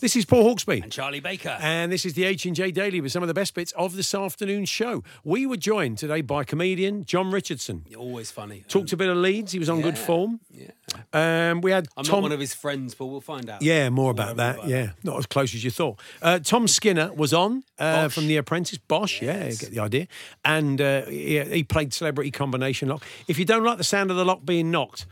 This is Paul Hawksby. and Charlie Baker. And this is the H&J Daily with some of the best bits of this afternoon's show. We were joined today by comedian John Richardson. Always funny. Talked a bit of Leeds. He was on good Yeah, form. Yeah. Um, we had I'm Tom. not one of his friends, but we'll find out. yeah, more We'll about learn that. Yeah, not as close as you thought. Uh, Tom Skinner was on uh, from The Apprentice. Bosch, yeah, you get the idea. And uh, he, he played Celebrity Combination Lock. If you don't like the sound of the lock being knocked,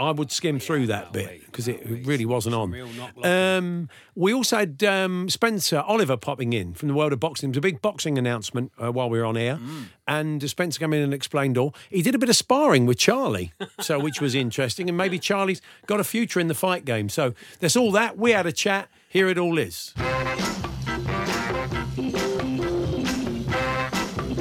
I would skim through that bit because it really wasn't on. real knock lock. Um, we also had um, Spencer Oliver popping in from the world of boxing. It was a big boxing announcement uh, while we were on air, and uh, Spencer came in and explained all. He did a bit of sparring with Charlie, so which was interesting, and maybe Charlie's got a future in the fight game. So that's all that. We had a chat. Here it all is. Good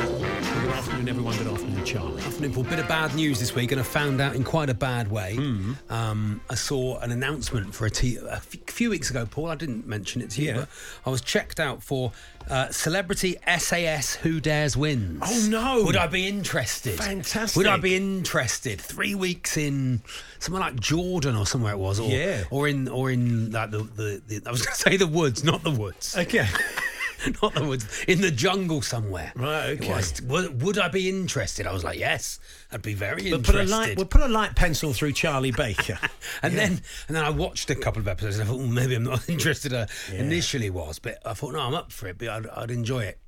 afternoon, everyone. Good afternoon, Charlie. Afternoon, Paul. Bit of bad news this week, and I found out in quite a bad way. Hmm. Um, I saw an announcement for a, t- a f- few weeks ago, Paul. I didn't mention it to you, but I was checked out for uh, celebrity SAS Who Dares Wins. Oh, no. Would I be interested? Fantastic. Would I be interested? Three weeks in somewhere like Jordan or somewhere it was, or Yeah. or in or in like the, the, the I was going to say the woods, not the woods. Okay. not the woods, in the jungle somewhere. Right, It okay. was, would, would I be interested? I was like, yes, I'd be very We'll put, a interested. light, we'll put a light pencil through Charlie Baker. and then and then I watched a couple of episodes and I thought, well, maybe I'm not interested. I initially was, but I thought, no, I'm up for it. But I'd, I'd enjoy it.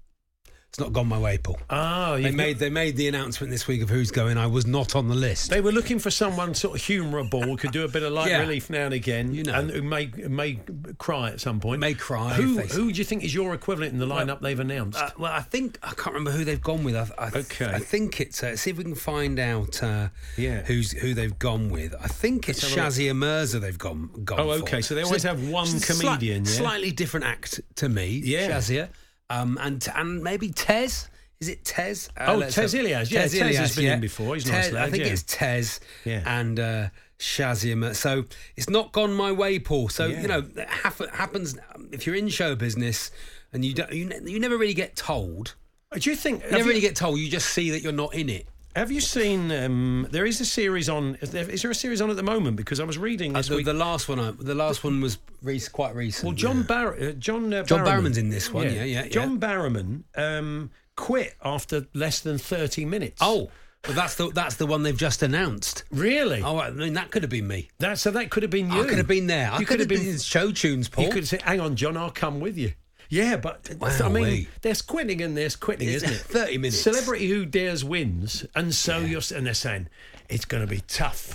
It's not gone my way, Paul. oh, They you've got- made they made the announcement this week of who's going. I was not on the list. They were looking for someone sort of humourable who could do a bit of light Yeah. relief now and again, You know. and who may may cry at some point. May cry Who if they- who do you think is your equivalent in the lineup they've announced? Uh, well, I think I can't remember who they've gone with. I, I, Okay. I think it's uh, see if we can find out. Uh, Yeah. who's who they've gone with? I think it's Let's have a look. Shazia Mirza they've gone. gone Oh, for. okay, so they always have one slight- comedian, yeah? Slightly different act to me. Yeah. Shazia, um, and and maybe Tez. Is it Tez? Uh, Oh, let's Tez have- Ilyas. Yeah, Tez has been in before. He's a nice Tez- I lad, think yeah. it's Tez Yeah. and uh, Shazia. Mir- So it's not gone my way, Paul. So Yeah. you know, it hap- happens um, if you're in show business and you don't, you, ne- you never really get told. Uh, do you think? You never Have you, really get told. You just see that you're not in it. have you seen? Um, there is a series on. Is there, is there a series on at the moment? Because I was reading Uh, this the, week. the last one, I, the last one was re- quite recent. well, John yeah. Bar- uh, John uh, John Barrowman. Barrowman's in this one, yeah, yeah, yeah. John Barrowman um, quit after less than thirty minutes. Oh, but that's the that's the one they've just announced. really? Oh, I mean that could have been me. That so that could have been you. I could have been there. I You could, have been in show tunes, Paul. You could say, "Hang on, John, I'll come with you." Yeah, but I mean, Wowee. there's quitting and there's quitting, It's isn't it? 30 minutes. Celebrity who dares wins, and so you're s- and they're saying it's going to be tough.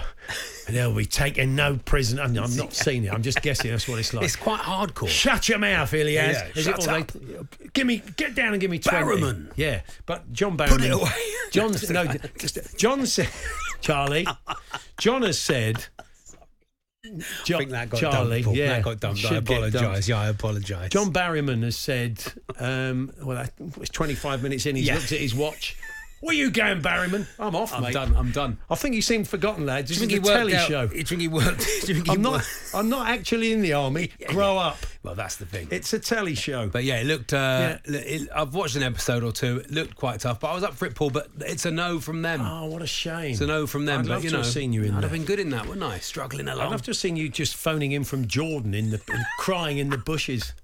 and They'll be taking no prison. I mean, I'm not seeing it. I'm just guessing. That's what it's like. It's quite hardcore. Shut your mouth, Ilias. Yeah, Is it shut all up. they- give me, get down and give me twenty. Barrowman. Yeah, but John Barrowman. Put it away. John, no, just- John said, Charlie. John has said. Jo- I think that got Charlie, dumped. Paul. yeah, that got dumped. I should get dumped. apologise. Yeah, I apologise. John Barryman has said, um, well, I, it's 25 minutes in. He's Yeah. looked at his watch. Where you going, Barryman? I'm off, I'm mate. done. I'm done. I think you seem forgotten, lad. This Do is you think he a worked telly out? show. Do you think he worked? Do you think he I'm not. worked- I'm not actually in the army. Grow up. Well, that's the thing. It's a telly show. But yeah, it looked. Uh, Yeah. l- It, I've watched an episode or two. It looked quite tough, but I was up for it, Paul. But it's a no from them. Oh, what a shame. it's a no from them. I'd but love you to know, have seen you in I'd there. have been good in that, wouldn't I? Struggling I'd along. love to have seen you just phoning in from Jordan in the and crying in the bushes.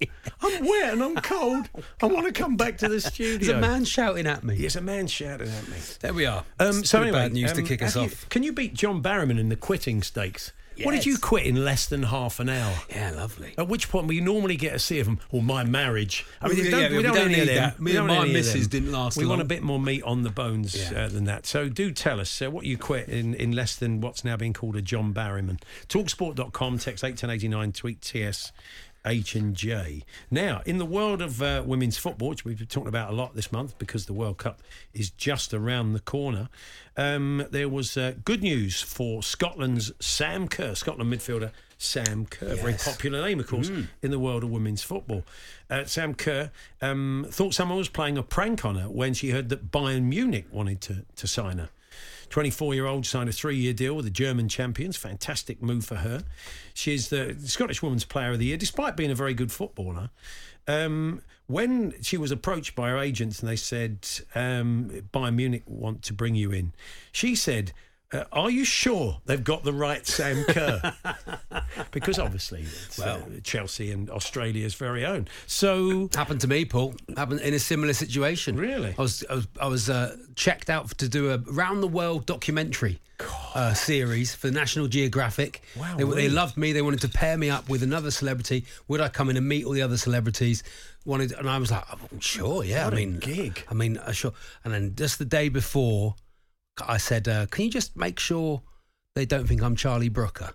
I'm wet and I'm cold. I want to come back to the There's studio. a man shouting at me. Yes, a man shouted at me. There we are. Um, It's so good anyway, bad news to um, kick us have you- off. can you beat John Barrowman in the quitting stakes? What did you Yes. quit in less than half an hour? Yeah, lovely. At which point we normally get to see of them, or my marriage. I mean, We- we yeah, don't, yeah, we don't, need that. that. Me and my missus didn't last We want a long. bit more meat on the bones Yeah. uh, than that. So do tell us uh, what you quit in, in less than what's now being called a John Barryman. Talksport.com, text 81089, tweet TS. H and J. Now, in the world of uh, women's football, which we've been talking about a lot this month because the World Cup is just around the corner, um, there was uh, good news for Scotland's Sam Kerr, Scotland midfielder Sam Kerr, very Yes. popular name, of course, in the world of women's football. Uh, Sam Kerr um, thought someone was playing a prank on her when she heard that Bayern Munich wanted to, to sign her. 24 year old signed a three year deal with the German champions. Fantastic move for her. She's the Scottish Women's Player of the Year, despite being a very good footballer. Um, when she was approached by her agents and they said, um, Bayern Munich want to bring you in, she said, uh, Are you sure they've got the right Sam Kerr? because obviously it's uh, Chelsea and Australia's very own. So Happened to me, Paul. Happened in a similar situation. Really? I was I was, I was uh, checked out to do a round the world documentary uh, series for National Geographic. Wow, They, they really? loved me. They wanted to pair me up with another celebrity. Would I come in and meet all the other celebrities? Wanted, and I was like, oh, sure, yeah. What I a mean, gig. I mean, uh, sure. And then just the day before, I said, uh, "Can you just make sure they don't think I'm Charlie Brooker?"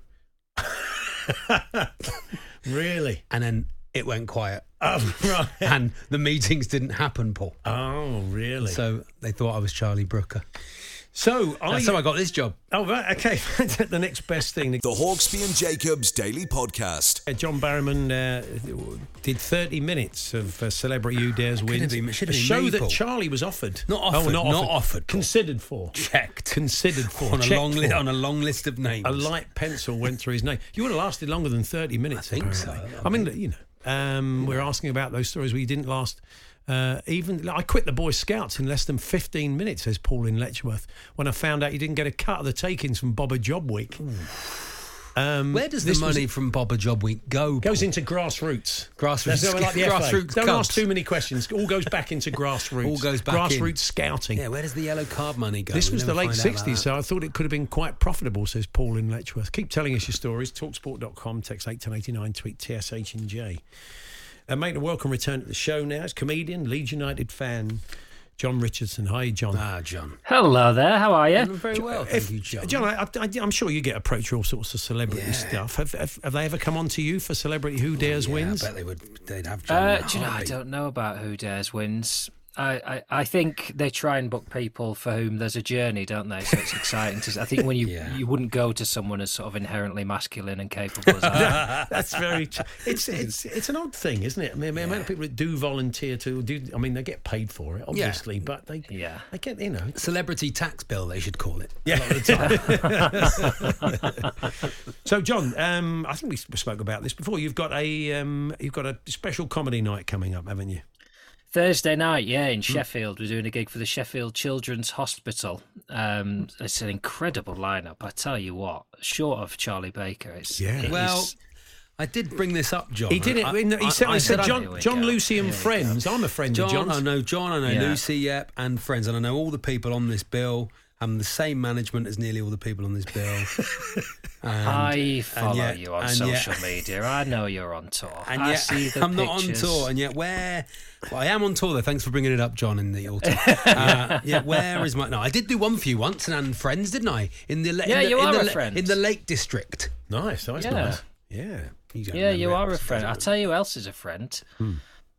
really, And then it went quiet, oh, right. and the meetings didn't happen, Paul. Oh, really? So, So they thought I was Charlie Brooker. are That's you, how I got this job. Oh, right. Okay. the next best thing. The Hawksby and Jacobs Daily Podcast. Uh, John Barrowman uh, did 30 minutes of uh, Celebrity Who Dares Could Wins. have been- should a have been show me, that Paul. Charlie was offered. Not Oh, offered, not offered. not offered, Paul. Considered for. Checked. Considered for. on a checked long for. li- on a long list of names. A light pencil went through his name. You would have lasted longer than 30 minutes. think so. apparently. I mean, you know, um, we're asking about those stories where you didn't last. Uh, even like, I quit the Boy Scouts in less than 15 minutes, says Paul in Letchworth, when I found out you didn't get a cut of the takings from Bobber Job Week. Um, Where does the this was- money from Bobber Job Week go? goes into grassroots. Grassroots. That's how I like the FA. Grassroots Don't clubs. ask too many questions. All goes back into grassroots. All goes back in. Grassroots scouting. yeah, where does the yellow card money go? This We was the never late find out about 60s, that. so I thought it could have been quite profitable, says Paul in Letchworth. Keep telling us your stories. Talksport.com, text 81089, tweet TSH and J. And make a welcome return to the show now. It's comedian, Leeds United fan, John Richardson. Hi, John. Ah, John. Hello there, how are Doing you? very well, thank If- you, John. John, I, I, I'm sure you get approached for all sorts of celebrity stuff. Have, have, have they ever come on to you for celebrity who dares yeah, wins? I bet they would. They'd have John. Uh, in a do you know, I heartbeat. don't know about Who Dares Wins. I, I, I think they try and book people for whom there's a journey, don't they? So it's exciting. To, I think when you Yeah. you wouldn't go to someone as sort of inherently masculine and capable as I am. That's very. Tr- it's it's it's an odd thing, isn't it? I mean, the amount of people that do volunteer to do. I mean, they get paid for it, obviously, but they Yeah. they get you know. Celebrity tax bill, they should call it. So, John, um, I think we s- we spoke about this before. You've got a um, you've got a special comedy night coming up, haven't you? Thursday night, yeah, Hmm. in Sheffield, we're doing a gig for the Sheffield Children's Hospital. Um, it's an incredible lineup. I tell you what, short of Charlie Baker, it's Yeah. it Well, is- I did bring this up, John. He did it. I- in the- he I- said, I he said said, John, here we John go, Lucy and here we go. friends. I'm a friend of John, John's. I know John, I know Yeah. Lucy, yep, and friends, and I know all the people on this bill. I'm the same management as nearly all the people on this bill. I follow yet- you on and yet- social media. I know you're on tour. And I yet, see the I'm not on pictures. tour, and yet where? Uh, Well, I am on tour though. Thanks for bringing it up, John, in the autumn. uh, yeah, where is my? No, I did do one for you once, and, and friends, didn't I? In the la- Yeah, in the, you in are the a la- friend. in the Lake District. Nice, nice, Yeah. nice. Yeah. You don't Yeah, you remember are it. a friend. I'll tell you who else is a friend. Hmm.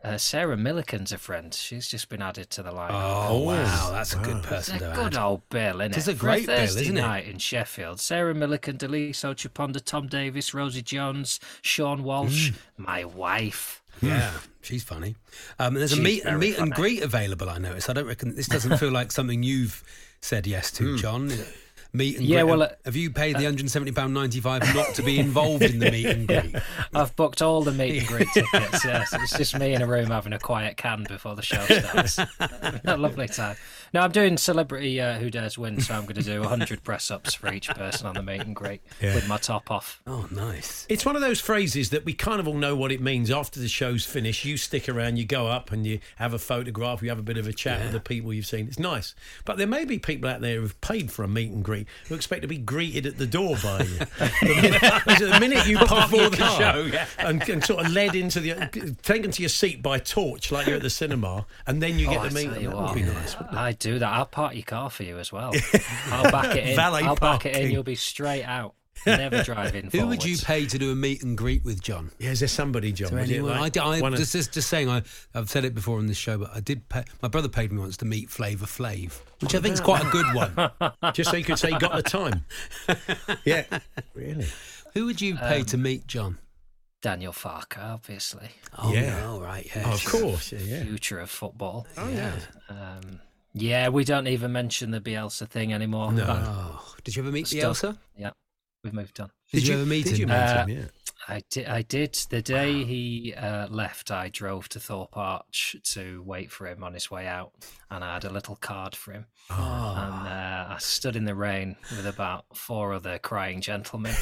Uh, Sarah Milliken's a friend. She's just been added to the lineup. Oh wow, that's a good It's person a to good add. old bill, isn't it? It's a For a great bill, Thursday isn't it? night in Sheffield. Sarah Milliken, Delisa Chaponda, Tom Davis, Rosie Jones, Sean Walsh, Hmm. my wife. Yeah, she's funny. Um, there's a Mm. She's meet, a very meet and funny. greet available. I noticed. I don't reckon this doesn't feel like something you've said yes to, Hmm. John. Meet and Yeah, greet. well, uh, have you paid the 170 pound 95 not to be involved in the meet and greet? I've booked all the meet and greet tickets. Yes, it's just me in a room having a quiet can before the show starts. a lovely time. No, I'm doing celebrity uh, who dares win, so I'm going to do 100 press ups for each person on the meet and greet with my top off. Oh, nice. It's one of those phrases that we kind of all know what it means. After the show's finished, you stick around, you go up and you have a photograph, you have a bit of a chat with the people you've seen. It's nice. But there may be people out there who've paid for a meet and greet who expect to be greeted at the door by you. the, minute, the minute you park Before your the car show, yeah. and, and sort of led into the, taken to your seat by torch like you're at the cinema, and then you Oh, get I to meet tell them. you That would what, be nice. I do that. I'll park your car for you as well. I'll back it in. Valet I'll back it in. parking. You'll be straight out. Never driving Who forwards. would you pay to do a meet and greet with, John? Yeah, is there somebody, John? To Was it anyone? like I, I, one of- this is just saying, I, I've said it before on this show, but I did pay, my brother paid me once to meet Flavor Flav, which I think is quite a good one. just so you could say you got the time. yeah. Really? Who would you pay to meet, John? Daniel Farker, obviously. Oh, yeah. no, right, yeah. Oh, of course. Yeah, yeah. Future of football. Oh, yeah. Um, yeah, we don't even mention the Bielsa thing anymore. No. Oh, did you ever meet Stuff. Bielsa? Yeah, we've moved on. Did, you, ever meet did him? you meet Uh, him? Yeah. I did. I did. The day he uh, left, I drove to Thorpe Arch to wait for him on his way out, and I had a little card for him. Oh. And Ah. uh, I stood in the rain with about four other crying gentlemen,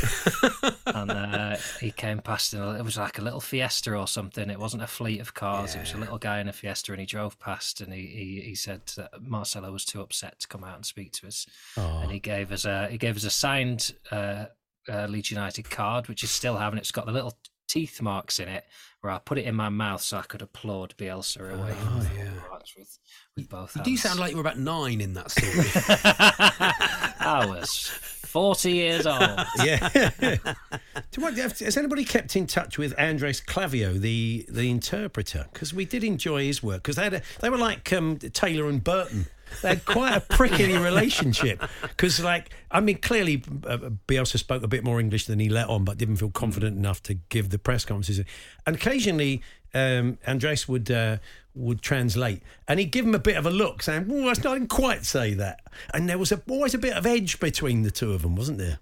and uh, he came past in. A, it was like a little Fiesta or something. It wasn't a fleet of cars. It was a little guy in a Fiesta, and he drove past, and he he, he said that Marcelo was too upset to come out and speak to us, and Oh. he gave us a he gave us a signed. Uh, uh, Leeds United card, which is still having. It's got the little teeth marks in it where I put it in my mouth so I could applaud Bielsa away. from the marks with, with both Ah, You hands. do sound like you were about nine in that story. I was forty years old. Yeah. Do you want- has anybody kept in touch with Andres Clavio, the the interpreter? Because we did enjoy his work. Because they had a, they were like um, Taylor and Burton. They had quite a prickly relationship. Because like I mean, clearly uh, Bielsa spoke a bit more English than he let on, but didn't feel confident enough to give the press conferences. And occasionally, um, Andres would. Uh, would translate, and he'd give him a bit of a look, saying, "Oh, I didn't quite say that." And there was a, always a bit of edge between the two of them, wasn't there?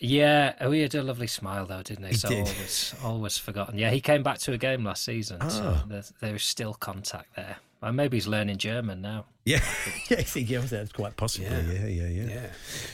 Yeah, oh, he had a lovely smile though, didn't he? He so did. always, always forgotten. Yeah, he came back to a game last season, so Oh. there, there is still contact there. And maybe he's learning German now. Yeah, yeah, I think yeah, that's quite possible. Yeah, yeah, yeah. yeah.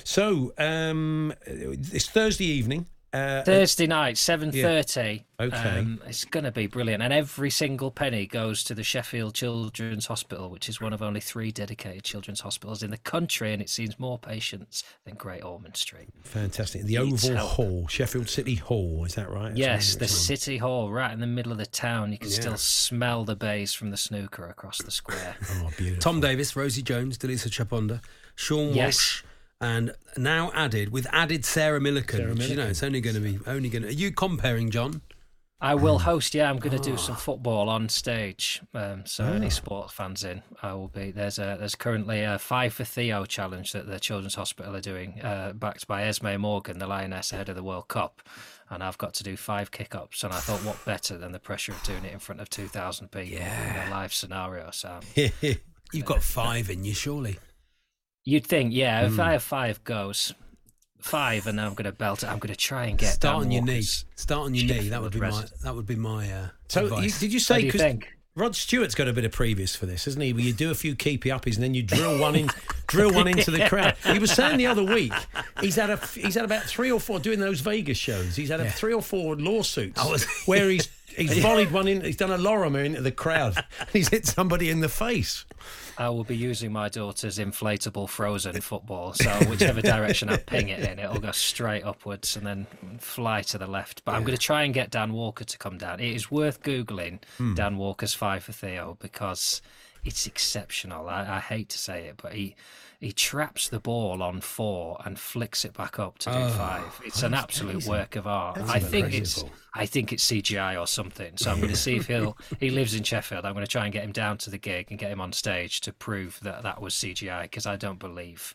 So um, it's Thursday evening. Uh, Thursday night, seven thirty. Okay. um, it's going to be brilliant, and every single penny goes to the Sheffield Children's Hospital, which is one of only three dedicated children's hospitals in the country, and it sees more patients than Great Ormond Street. fantastic. The Needs Oval help. Hall, Sheffield City Hall. Is that right? yes, the That's right. City Hall, right in the middle of the town. You can still smell the bays from the snooker across the square. Oh, beautiful. Tom Davis, Rosie Jones, Delisa Chaponda, Sean Yes. Walsh, and now added with added Sarah Milliken. which, you know, it's only going to be only going. to... Are you comparing, John? I will host. Yeah, I'm going to do some football on stage. Um, so any sports fans in, I will be. There's a there's currently a five for Theo challenge that the Children's Hospital are doing, uh, backed by Esme Morgan, the lioness ahead of the World Cup, and I've got to do five kick-ups. And I thought, what better than the pressure of doing it in front of two thousand people in a live scenario? So I'm- You've got five in you, surely. you'd think, yeah, Hmm. if I have five goes, five, and I'm going to belt it. I'm going to try and get Start Dan on your knee. Walker's Start on your knee. That would be my. Sheffield That would be my. Uh, So you, advice. did you What say? do you 'cause think? Rod Stewart's got a bit of previous for this, hasn't he? Where you do a few keepy uppies and then you drill one in, drill one into the crowd. He was saying the other week he's had a f- he's had about three or four doing those Vegas shows. He's had a, three or four lawsuits was- where he's he's volleyed one in. He's done a lorimer into the crowd. and he's hit somebody in the face. I will be using my daughter's inflatable frozen football. So whichever direction I ping it in, it'll go straight upwards and then fly to the left. But I'm going to try and get Dan Walker to come down. It is worth googling Dan Walker's five for Theo because it's exceptional. I, I hate to say it, but he he traps the ball on four and flicks it back up to do five. It's an absolute work of art. I think it's I think it's CGI or something. So I'm going to see if he'll he lives in Sheffield. I'm going to try and get him down to the gig and get him on stage to prove that that was CGI because I don't believe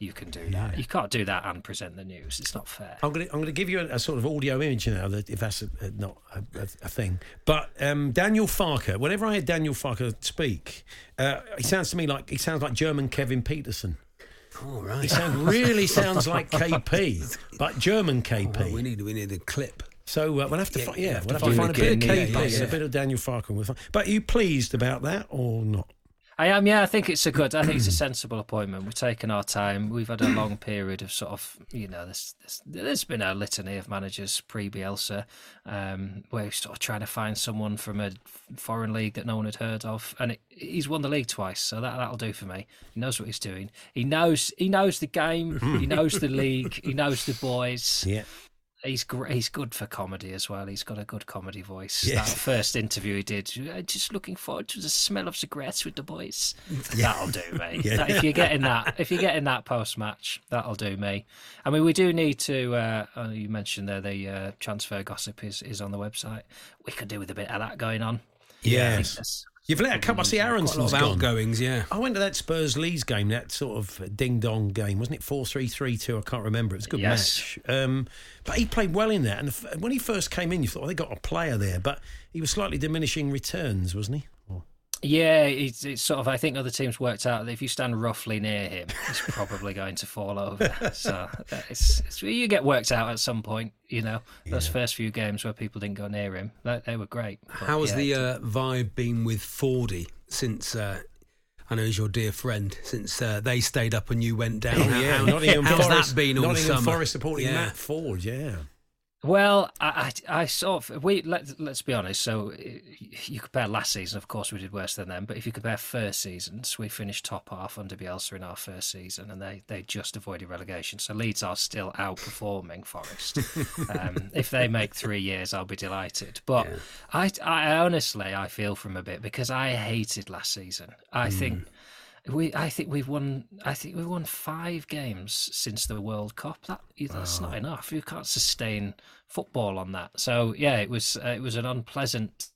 you can do that. You can't do that and present the news. It's not fair. I'm going to I'm going to give you a, a sort of audio image now, that if that's a, a, not a, a, a thing. But um, Daniel Farker, whenever I hear Daniel Farker speak, uh, he sounds to me like he sounds like German Kevin Peterson. All He right. sound, really sounds like KP, but German Well, Oh, we KP. need we need a clip. So uh, we'll have to, fi- you yeah, have we'll to have to find find a a bit of good- yeah, KP, yeah, and yeah. a bit of Daniel Farker. and We'll find. But are you pleased about that or not? I am, yeah. I think it's a good. I think it's a sensible appointment. We've taken our time. We've had a long period of sort of, you know, this, this there's been a litany of managers pre Bielsa, um, where he's sort of trying to find someone from a foreign league that no one had heard of, and it, he's won the league twice, so that that'll do for me. He knows what he's doing. He knows he knows the game. he knows the league. He knows the boys. Yeah. He's great. He's good for comedy as well. He's got a good comedy voice. Yeah. That first interview he did, "Uh, just looking forward to the smell of cigarettes with the boys. That'll do me. That- if you're getting that, if you're getting that post match, that'll do me. I mean, we do need to. Uh, oh, you mentioned there the uh, transfer gossip is is on the website. We could do with a bit of that going on. I think Yes. that's- You've let a couple. I see Quite a Oh, lot Aronson's of gone. outgoings, yeah. I went to that Spurs Leeds game, that sort of ding dong game, wasn't it? 4 3 3 2, I can't remember. It was a good Yes. match. Um, but he played well in that. And the, f- when he first came in, you thought, well, they got a player there. But he was slightly diminishing returns, wasn't he? Or- Yeah, it's, it's sort of. I think other teams worked out that if you stand roughly near him, he's probably going to fall over. So that is- it's, you get worked out at some point. You know, those first few games where people didn't go near him, they, they were great. But How has yeah, the uh, vibe been with Fordy since? Uh, I know he's your dear friend. Since uh, they stayed up and you went down, How- how, Oh, Nottingham how's Forest- that been all Nottingham summer? Forest supporting Yeah. Matt Ford, yeah. Well, I, I, I sort of we let let's be honest. So uh, you compare last season, of course, we did worse than them. But if you compare first seasons, we finished top half under Bielsa in our first season, and they they just avoided relegation. So Leeds are still outperforming Forest. um, if they make three years, I'll be delighted. But I, I honestly, I feel from a bit because I hated last season. I think. We, I think we've won. I think we've won five games since the World Cup. That that's not enough. You can't sustain football on that. So yeah, it was uh, it was an unpleasant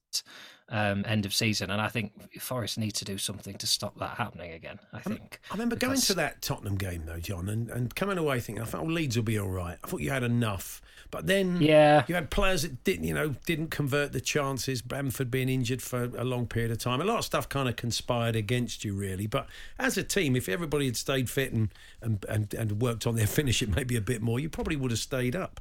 um, end of season, and I think Forest need to do something to stop that happening again. I think. I remember going Because- to that Tottenham game, though, John, and, and coming away thinking, I thought, oh, Leeds will be all right. I thought you had enough. But then. Yeah, You had players that didn't, you know, didn't convert the chances. Bamford being injured for a long period of time. A lot of stuff kind of conspired against you, really. But as a team, if everybody had stayed fit and and, and, and worked on their finish, it maybe a bit more, you probably would have stayed up.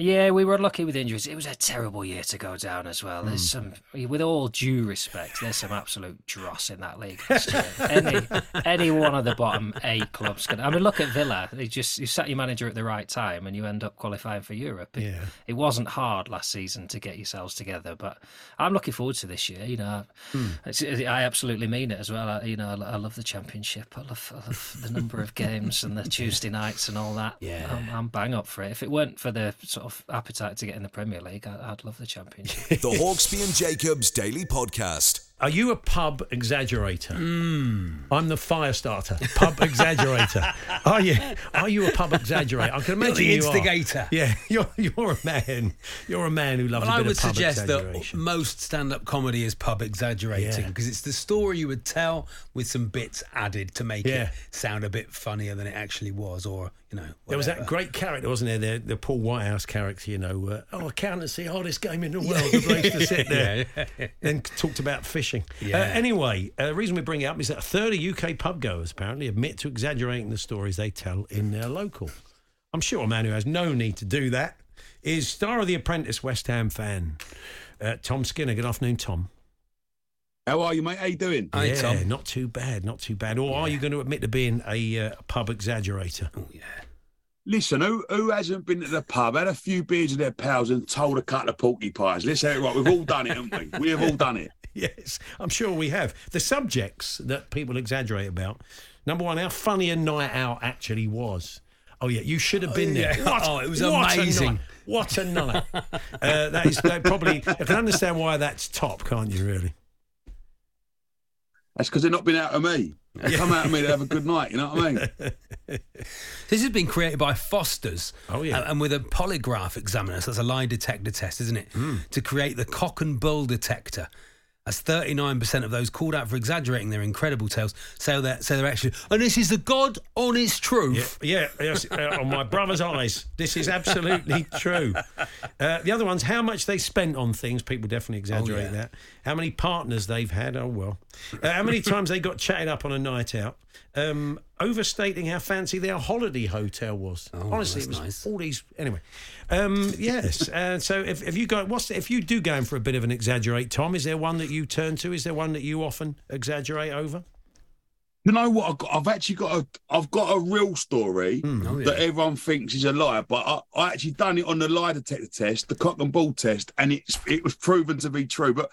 yeah, we were unlucky with injuries. It was a terrible year to go down as well. There's some, with all due respect, there's some absolute dross in that league. this year. any any one of the bottom eight clubs can. I mean, look at Villa. They just you sat your manager at the right time, and you end up qualifying for Europe. It- Yeah. it wasn't hard last season to get yourselves together, but I'm looking forward to this year. You know, it's, I absolutely mean it as well. I, you know, I, I love the championship. I love, I love the number of games and the Tuesday nights and all that. Yeah, I'm, I'm bang up for it. If it weren't for the sort of appetite to get in the Premier League, I, I'd love the championship. The Hawksby and Jacobs Daily Podcast. Are you a pub exaggerator? Hmm. I'm the fire starter, pub exaggerator. Are you? Are you a pub exaggerator? I can You're imagine the you are. instigator. Yeah, you're you're a man. You're a man who loves Well, a I bit would of pub suggest that exaggeration. most stand-up comedy is pub exaggerating Yeah. because it's the story you would tell with some bits added to make it Yeah. sound a bit funnier than it actually was, or you know, There was that whatever. great character, wasn't there? The, the Paul Whitehouse character, you know. Uh, oh, accountancy, hardest game in the world, the place to sit there. Then talked about fishing. Uh, Yeah. anyway, uh, the reason we bring it up is that a third of UK pub goers apparently admit to exaggerating the stories they tell in their local. I'm sure a man who has no need to do that is star of The Apprentice West Ham fan, uh, Tom Skinner. Good afternoon, Tom. How are you, mate? How you doing? Hi, yeah, Tom. not too bad, not too bad. Or are you going to admit to being a uh, pub exaggerator? Oh, Listen, who who hasn't been to the pub, had a few beers with their pals, and told a couple of porcupines? Let's have it right. We've all done it, haven't we? We have all done it. Yes, I'm sure we have. The subjects that people exaggerate about. Number one, how funny a night out actually was. Oh yeah, you should have been there. yeah. Oh, it was what a amazing. night. What a night! uh, that is that probably. I can understand why that's top, can't you? Really? That's because they've not been out of me. They come out of me to have a good night. You know what I mean? This has been created by Foster's. Oh, yeah. and- And with a polygraph examiner, so that's a lie detector test, isn't it? Hmm. To create the cock and bull detector. As 39% of those called out for exaggerating their incredible tales say that say they're actually, and this is the God honest Yeah, truth. yeah yes, uh, on my brother's eyes, this is absolutely true. Uh, the other one's how much they spent on things. People definitely exaggerate Oh, yeah. that. How many partners they've had. Oh well. Uh, how many times they got chatted up on a night out. Um, overstating how fancy their holiday hotel was. Honestly, Oh, that's it was nice. all these. Anyway, um, yes. Uh, so if, if you go, what's the, if you do go in for a bit of an exaggerate, Tom? Is there one that you turn to? Is there one that you often exaggerate over? You know what? I've, got, I've actually got a, I've got a real story Oh, yeah. that everyone thinks is a lie, but I, I actually done it on the lie detector test, the cock and ball test, and it's it was proven to be true. But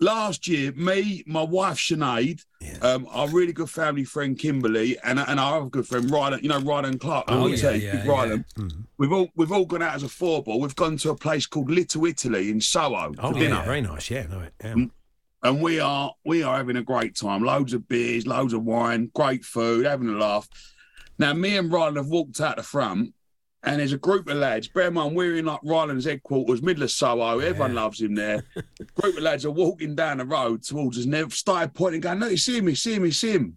last year, me, my wife Sinead, um, our really good family friend Kimberly, and and our other good friend Ryland, you know Ryland Clark, Oh, OT, yeah, yeah, big yeah. Ryland. We've all we've all gone out as a four ball. We've gone to a place called Little Italy in Soho Oh, for yeah, dinner very nice. Yeah, no, yeah. Mm. and we are we are having a great time. Loads of beers, loads of wine, great food, having a laugh. Now, me and Ryland have walked out the front, and there's a group of lads. Bear in mind, we're in like Ryland's headquarters, middle of Soho. Everyone loves him there. a group of lads are walking down the road towards us, and they've started pointing, going, "Look, see him, see him, it's him."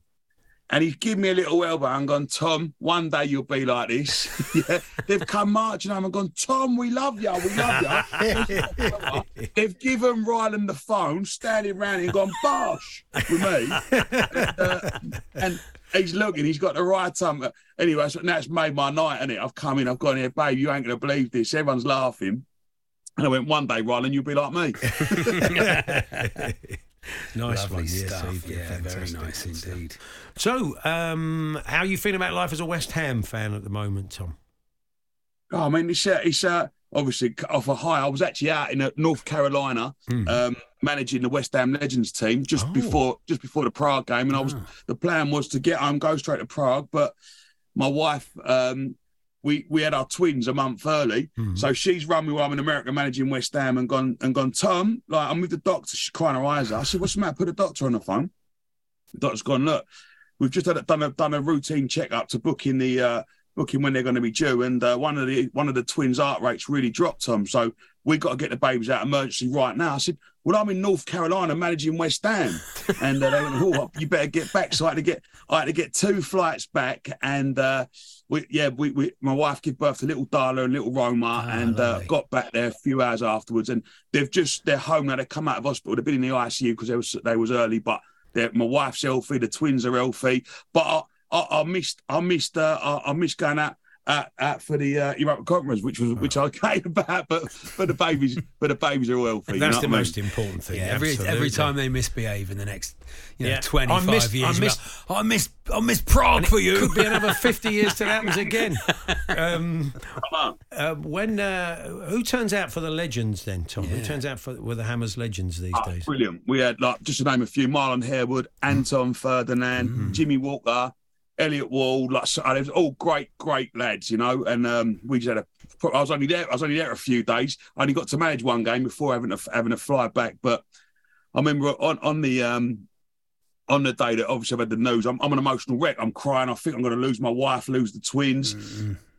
And he's given me a little elbow and gone, Tom, one day you'll be like this. yeah. They've come marching home and gone, Tom, we love you, we love you. They've given Ryland the phone, standing round and gone, Bosh, with me. Uh, and he's looking, he's got the right time. Anyway, so that's made my night, and it? I've come in, I've gone here, babe, you ain't going to believe this. Everyone's laughing. And I went, one day, Ryland, you'll be like me. Nice Lovely one. Yes, stuff. Steve, Yeah, very fantastic, nice good stuff. indeed. So, um, how you feeling about life as a West Ham fan at the moment, Tom? Oh, I mean, it's uh, it's uh, obviously off a high. I was actually out in uh, North Carolina um, managing the West Ham Legends team just Oh. Ah. before just before the Prague game, and I was the plan was to get home, go straight to Prague, but my wife. Um, we, we had our twins a month early, so she's run me while I'm in America managing West Ham and gone and gone. Tom, like I'm with the doctor. She's crying her eyes out. I said, "What's the matter?" Put a doctor on the phone. The doctor's gone. Look, we've just had a, done a done a routine checkup to book in the uh, booking when they're going to be due, and uh, one of the one of the twins' heart rates really dropped Tom. So we got to get the babies out emergency right now. I said, "Well, I'm in North Carolina managing West Ham," and uh, they went, "Oh, you better get back." So I had to get I had to get two flights back, and uh, we yeah we, we my wife gave birth to little Darla and little Roma, Ah, and uh, lovely. got back there a few hours afterwards, and they've just they're home now. They come out of hospital. They've been in the ICU because they was they was early, but. they're- My wife's healthy. The twins are healthy, but I, I, I missed I missed uh, I, I missed going out, out, out for the uh, Europa Conference, which was which I came about, but but the babies but the babies are all healthy. you That's know the what I mean? most important thing. Yeah, every every absolutely. time they misbehave in the next, you know, Yeah. I twenty five missed- I years, missed- well, I miss I miss Prague for you. Could be another 50 years till it happens again. Um, on. uh, when uh, Who turns out for the legends then, Tom? Who turns out for were the Hammers legends these Ah, days? Brilliant. We had like just to name a few: Marlon Harewood, Anton Ferdinand, Jimmy Walker, Elliot Wall. Like so, they was all great, great lads, you know. And um, we just had a. I was only there. I was only there a few days. I only got to manage one game before having a having a fly back. But I remember on on the um. On the day that obviously I've had the news, I'm, I'm an emotional wreck. I'm crying. I think I'm going to lose my wife, lose the twins.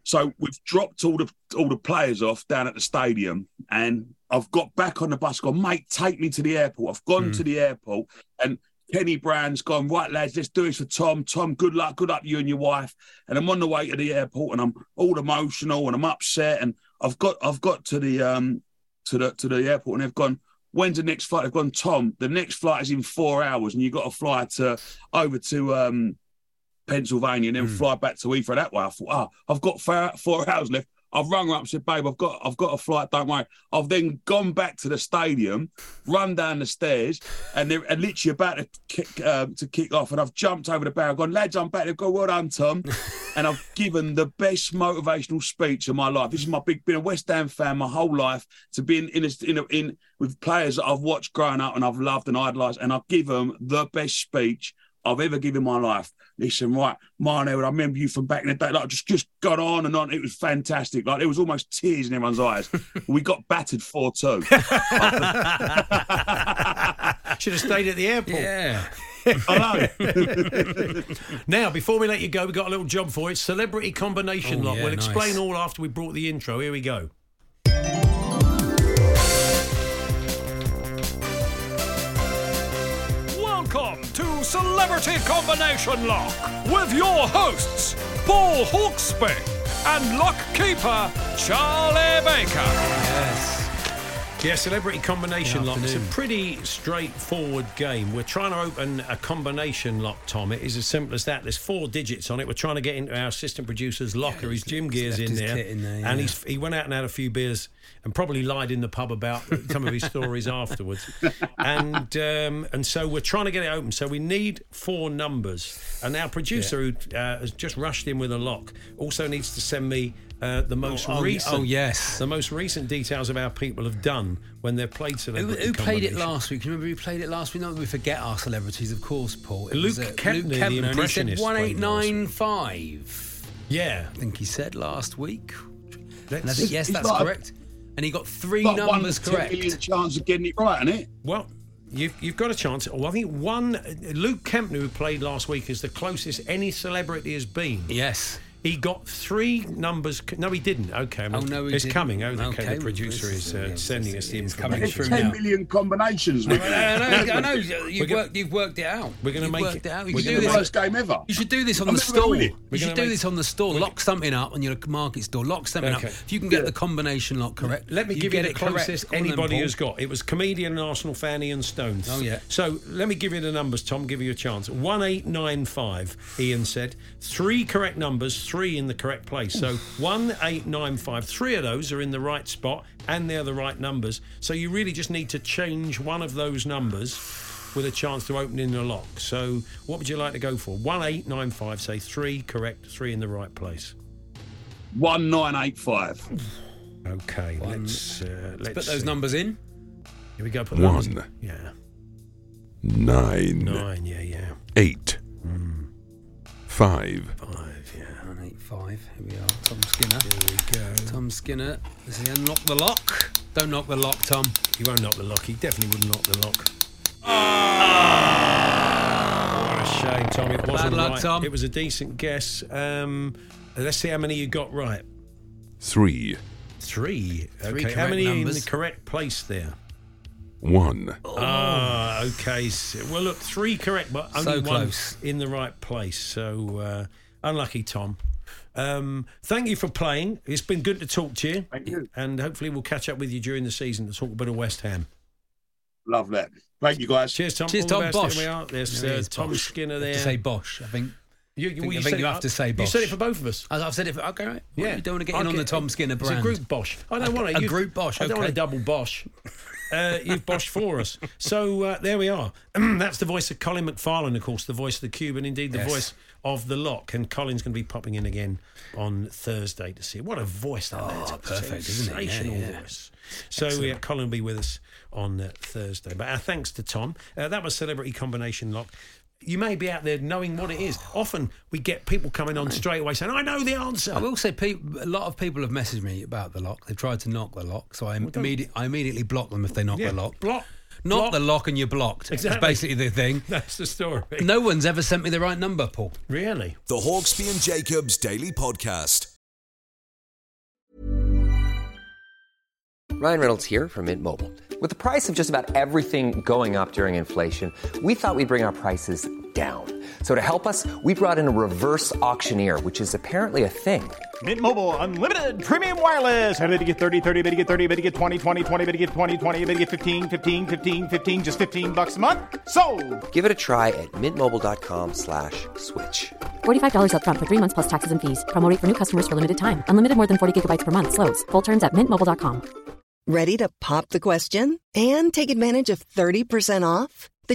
So we've dropped all the all the players off down at the stadium, and I've got back on the bus. Gone, mate, take me to the airport. I've gone to the airport, and Kenny Brown's gone. Right, lads, let's do this for Tom. Tom, good luck, good luck, to you and your wife. And I'm on the way to the airport, and I'm all emotional, and I'm upset, and I've got I've got to the um to the to the airport, and they've gone. When's the next flight? They've gone, Tom. The next flight is in four hours, and you've got to fly to over to um Pennsylvania and then fly back to Heathrow that way. I thought, ah, I've got four, four hours left. I've rung her up and said, babe, I've got I've got a flight, don't worry. I've then gone back to the stadium, run down the stairs, and they're and literally about to kick um, to kick off. And I've jumped over the barrel, gone, lads, I'm back. They've gone, well done, Tom. and I've given the best motivational speech of my life. This is my big been a West Ham fan my whole life to be in in, a, in, a, in with players that I've watched growing up and I've loved and idolized, and I've given them the best speech I've ever given my life. Listen, right, Marno, I remember you from back in the day. Like, just just got on and on. It was fantastic. Like, there was almost tears in everyone's eyes. we got battered four two. Should have stayed at the airport. yeah, I know. Now, before we let you go, we've got a little job for you. It's Celebrity Combination Oh, Lock. yeah, we'll explain nice. all after we brought the intro. Here we go. Welcome to Celebrity Combination Lock with your hosts, Paul Hawksby and lock keeper Charlie Baker. yes. Yeah, celebrity combination Good lock. It's a afternoon. pretty straightforward game. We're trying to open a combination lock, Tom. It is as simple as that. There's four digits on it. We're trying to get into our assistant producer's locker. his gym left gear's in his there, kit in there, yeah. and he's, he went out and had a few beers and probably lied in the pub about some of his stories afterwards. And um, and so we're trying to get it open. So we need four numbers. And our producer, who uh, has just rushed in with a lock, also needs to send me. Uh, the most oh, recent, oh, yes. the most recent details of how people have done when they've played Who, celebrity. who played it combination. last week? Can you remember who played it last week? Not that we forget our celebrities, of course, Paul. It Luke uh, Kempner, the and he said impressionist, played last week. 1895. Yeah, I think he said last week. And I let's- think, yes, He's that's got a- correct. And he got three Got one numbers two correct. million chance of getting it right, isn't it? well, you've you've got a chance. Well, I think one Luke Kempner who played last week is the closest any celebrity has been. Yes. He got three numbers. c- No, he didn't. Okay. Oh, no, he it's didn't. coming. Oh, okay. Okay, The producer this is is- uh, yeah, sending this us the is coming information. There's through 10 now. million combinations. with I it. know, I know. You've, gonna- worked, you've worked it out. We're gonna You've make worked it- out. we're You should gonna the do make this. worst game ever. You should do this on I'm the never gonna store. win it. You We're should gonna do make- this on the store. Lock something up on your market store. Lock something Okay. up. If you can get the combination lock correct, Uh, Let me you give get you the it correct. closest Come on then, anybody Paul. has got. It was comedian and Arsenal fan Ian Stone. Oh, yeah. So let me give you the numbers, Tom. Give you a chance. One eight nine five. Ian said three correct numbers, three in the correct place. So one eight nine five. Three of those are in the right spot, and they're the right numbers. So you really just need to change one of those numbers. With a chance to open in the lock. So, what would you like to go for? One eight nine five. Say three correct, three in the right place. One nine eight five. Okay, let's uh, let's Put those see. numbers in. Here we go. Put One. those- Yeah. Nine, Nine, yeah, yeah. Hmm. eight, five, Five, yeah. Nine eight five. Here we are. Tom Skinner. Here we go. Tom Skinner. Does he unlock the lock? Don't knock the lock, Tom. He won't knock the lock. He definitely wouldn't knock the lock. What a shame, Tom. It wasn't luck, right. Tom. It was a decent guess. Um, let's see how many you got right. three, Three. Okay. how correct many are in numbers. the correct place there? one, Oh. Ah, okay. So, well, look, three correct, but only So one close. in the right place. So uh, unlucky, Tom. Um, thank you for playing. It's been good to talk to you. Thank you. And hopefully, we'll catch up with you during the season to talk a bit of West Ham. Love that. Thank you guys. Cheers, Tom. Cheers, All Tom the best. Bosch. Here we are. There's There he uh, is, Tom Bosch. Skinner You there. have to say Bosch. I think. you, I think- I think said you it- have to say You Bosch. said it for both of us. I- I've said it. For, okay, right. Yeah. You don't want to get I in on the Tom Skinner brand. It's a group Bosch. I don't A- want a group Bosch, I don't want a okay. double Bosch. Uh, you've Bosch for us. So uh, there we are. That's the voice of Colin McFarlane, of course, the voice of the Cube, and indeed the Yes. voice of the Lock. And Colin's going to be popping in again on Thursday to see. What a voice that man. It's a Oh, perfect, isn't it? Yeah, Sensational yeah. voice. So yeah, Colin will be with us on uh, Thursday. But our thanks to Tom. Uh, that was Celebrity Combination Lock. You may be out there knowing what it is. Often we get people coming on straight away saying, I know the answer. I will say, pe- a lot of people have messaged me about the lock. They've tried to knock the lock, so I, immedi- I immediately block them if they knock the lock. Block. Knock block. the lock and you're blocked. Exactly. That's basically the thing. That's the story. No one's ever sent me the right number, Paul. Really? The Hawksby and Jacobs Daily Podcast. Ryan Reynolds here from Mint Mobile. With the price of just about everything going up during inflation, we thought we'd bring our prices down. So to help us, we brought in a reverse auctioneer, which is apparently a thing. Mint Mobile unlimited premium wireless. Ready to get 30, 30, bit to get 30, bit to get 20, 20, 20, bit to get 20, 20, bit to get 15, 15, 15, 15 just 15 bucks a month. So, Give it a try at mintmobile.com slash switch. $45 upfront for three months plus taxes and fees. Promo rate for new customers for limited time. Unlimited more than 40 gigabytes per month. Slows. Full terms at mintmobile.com. Ready to pop the question and take advantage of 30% off? The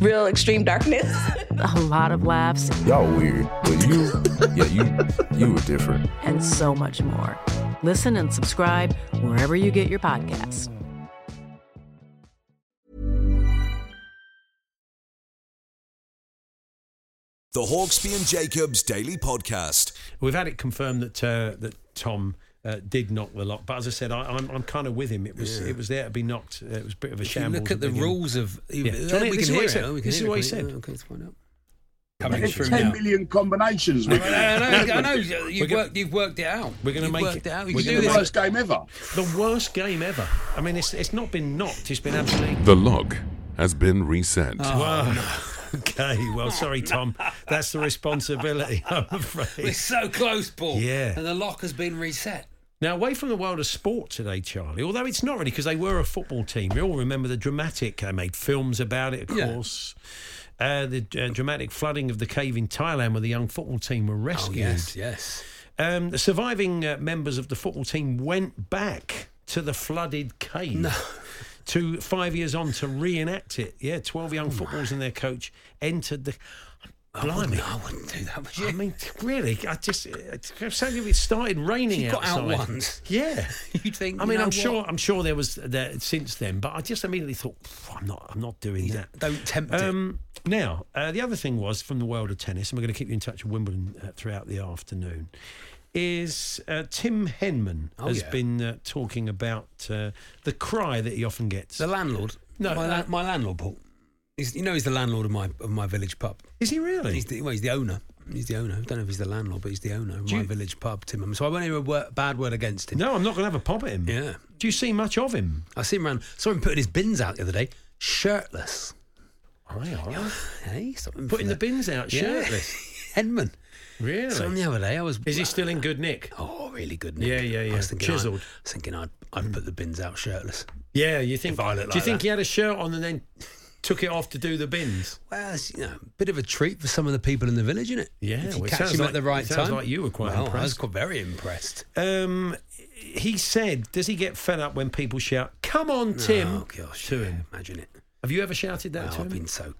real extreme darkness. a lot of laughs, Y'all weird, but you, yeah, you, you were different. and so much more. Listen and subscribe wherever you get your podcasts. The Hawksby and Jacobs Daily Podcast. We've had it confirmed that uh, that Tom uh, did knock the lock, but as I said, I, I'm, I'm kind of with him. It was Yeah. it was there to be knocked. Uh, it was a bit of a If you shambles. look at the beginning. rules of. Yeah. Do you Uh, want we to- this can is hear what he it. said. Oh, we can This is hear it, what he can we? said. Oh, Okay, let's find out. Coming There's through 10 now. million combinations. I Ricky. know, I know. You've worked, you've worked it out. We're going to You've make worked it. out. You We're can do gonna this. make Worst game ever. The worst game ever. I mean, it's it's not been knocked. It's been absolutely. The log has been reset. Wow. Okay, well, sorry, Tom. That's the responsibility, I'm We're afraid. so close, Paul. Yeah. And the lock has been reset. Now, away from the world of sport today, Charlie, although it's not really because they were a football team. You all remember the dramatic, they made films about it, of Yeah. course. Uh, the uh, dramatic flooding of the cave in Thailand where the young football team were rescued. Oh, yes, yes. Um, the surviving uh, members of the football team went back to the flooded cave. To five years on to reenact it. Yeah, 12 Oh, young footballers and their coach entered the. Blimey. I wouldn't do that, would you? I mean, really, I just it- it sounded like it started raining If you got out outside. once. Yeah, you think. I you mean, know I'm what? sure I'm sure there was that since then, but I just immediately thought, "Phew, I'm not I'm not doing that. Don't tempt it. Um, now, uh, the other thing was from the world of tennis, and we're going to keep you in touch with Wimbledon uh, throughout the afternoon. Is uh, Tim Henman Oh, has yeah. been uh, talking about uh, the cry that he often gets? The landlord. No, my, uh, la- my landlord, Paul. He's, you know, he's the landlord of my of my village pub. Is he really? He's the, well, he's the owner. He's the owner. I don't know if he's the landlord, but he's the owner of my village pub, Tim. So I won't hear a wor- bad word against him. no, I'm not going to have a pop at him. Yeah. Do you see much of him? I see him around. Saw him putting his bins out the other day, shirtless. Aye, aye. Hey, something Putting the for that. bins out Yeah. shirtless. Henman. Really? Saw him the other day. I was. Is he still in good nick? Oh, really good. Nick. Yeah, yeah, yeah. I was thinking Chiseled. Hmm. I'd, I was thinking I'd, I'd put the bins out shirtless. Yeah, you think? If I look do you like think that. he had a shirt on and then took it off to do the bins? Well, it's, you know, a bit of a treat for some of the people in the village, isn't it? Yeah, if you well, it catch sounds him like- at the it right sounds time. like you were quite well, I was impressed. quite very impressed. Um, he said, "Does he get fed up when people shout, come on, Uh, Tim?' oh gosh, to yeah, him. imagine it. Have you ever shouted that Oh, to I've him? been so,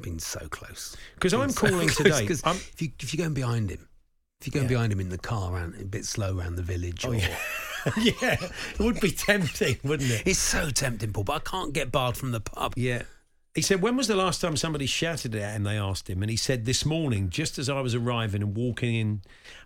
been so close. 'Cause Been I'm so calling close, today. 'cause I'm- if you if you're going behind him, if you're going Yeah. Oh, behind him in the car, around, a bit slow around the village, or, yeah, it would be tempting, wouldn't it? it's so tempting, Paul. But I can't get barred from the pub. Yeah. He said, When was the last time somebody shouted it at him? They asked him. And he said, This morning, just as I was arriving and walking in.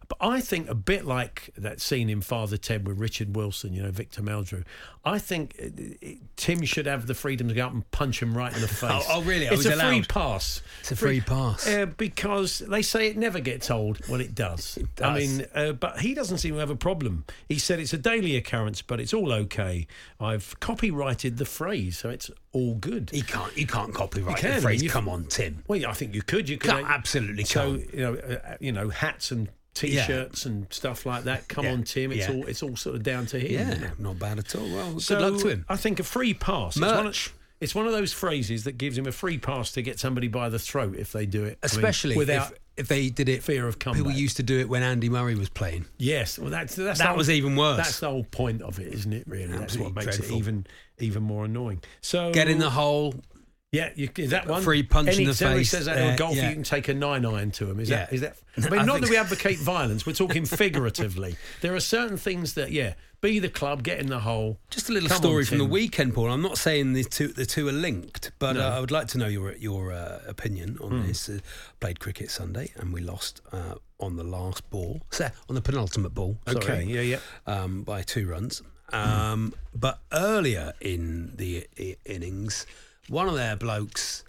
But I think a bit like that scene in Father Ted with Richard Wilson, you know, Victor Meldrew. I think uh, it, Tim should have the freedom to go up and punch him right in the face. Oh, oh, really? I it's was a free allowed. pass. It's a free pass. Uh, because they say it never gets old. Well, it does. It I does. mean, uh, but he doesn't seem to have a problem. He said it's a daily occurrence, but it's all okay. I've copyrighted the phrase, so it's all good. He can't. He can't copyright You can, the phrase. you- Come on, Tim. Well, yeah, I think you could. You could Can't- absolutely So can't. you know, uh, you know, hats and t-shirts and stuff like that. Come Yeah, on, Tim. It's yeah. all it's all sort of down to him. Yeah, not bad at all. Well, So good luck to him. I think a free pass. It's one, Merch. of, it's one of those phrases that gives him a free pass to get somebody by the throat if they do it, I mean, Especially without. if, if they did it fear of People comeback. used to do it when Andy Murray was playing. Yes, well, that's, that's That the whole- was even worse. That's the whole point of it, isn't it? Really, that's Absolutely what makes dreadful. it even even more annoying. So Get in the hole. Yeah, you, is that one Free punch in Any, the somebody face says that in there, golf, yeah. you can take a nine iron to him. Is that Yeah. is that? I No, mean, I not think- that we advocate violence. We're talking figuratively. there are certain things that, yeah, be the club, get in the hole. Just a little Come on, story from the Tim. weekend, Paul. I'm not saying the two the two are linked, but No. Hmm. uh, I would like to know your your uh, opinion on this. Uh, played cricket Sunday, and we lost uh, on the last ball, so, on the penultimate ball. Okay, sorry, yeah, Hmm. yeah. um, by two runs. Um, But earlier in the i- innings, one of their blokes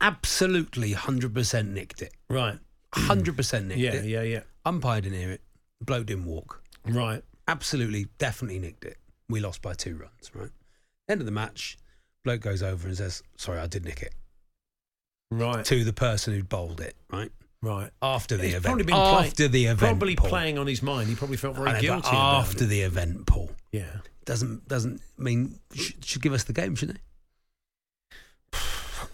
absolutely 100% nicked it. Right. 100% nicked Hmm. Yeah, it. yeah, yeah. Umpire didn't hear it. Bloke didn't walk. Right. Absolutely, definitely nicked it. We lost by two runs, right? End of the match, bloke goes over and says, Sorry, I did nick it. Right. To the person who bowled it, right? Right. After the He's event. probably been play- after the event. Probably Paul. playing on his mind. He probably felt very I know, but guilty about After it. the event, Paul. Yeah. doesn't doesn't mean should, should give us the game, shouldn't it?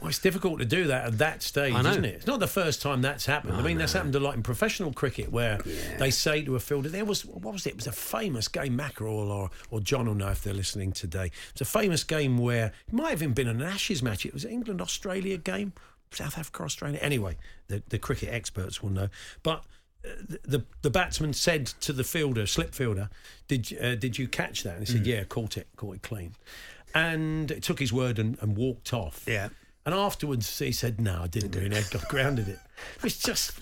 Well, it's difficult to do that at that stage, I know. isn't it? It's not the first time that's happened. I, I mean, that's know. happened a lot in professional cricket where Yeah. they say to a fielder, there was, what was it? It was a famous game, Mackerel or, or John will know if they're listening today. It's a famous game where it might have even been an Ashes match. It was an England Australia game, South Africa Australia. Anyway, the, the cricket experts will know. But uh, the, the the batsman said to the fielder, slip fielder, did you- uh, did you catch Mm. that? And he said, yeah, caught it, caught it clean, and took his word and, and walked off. Yeah. And afterwards, he said, "No, I didn't do it. I got grounded it." It's just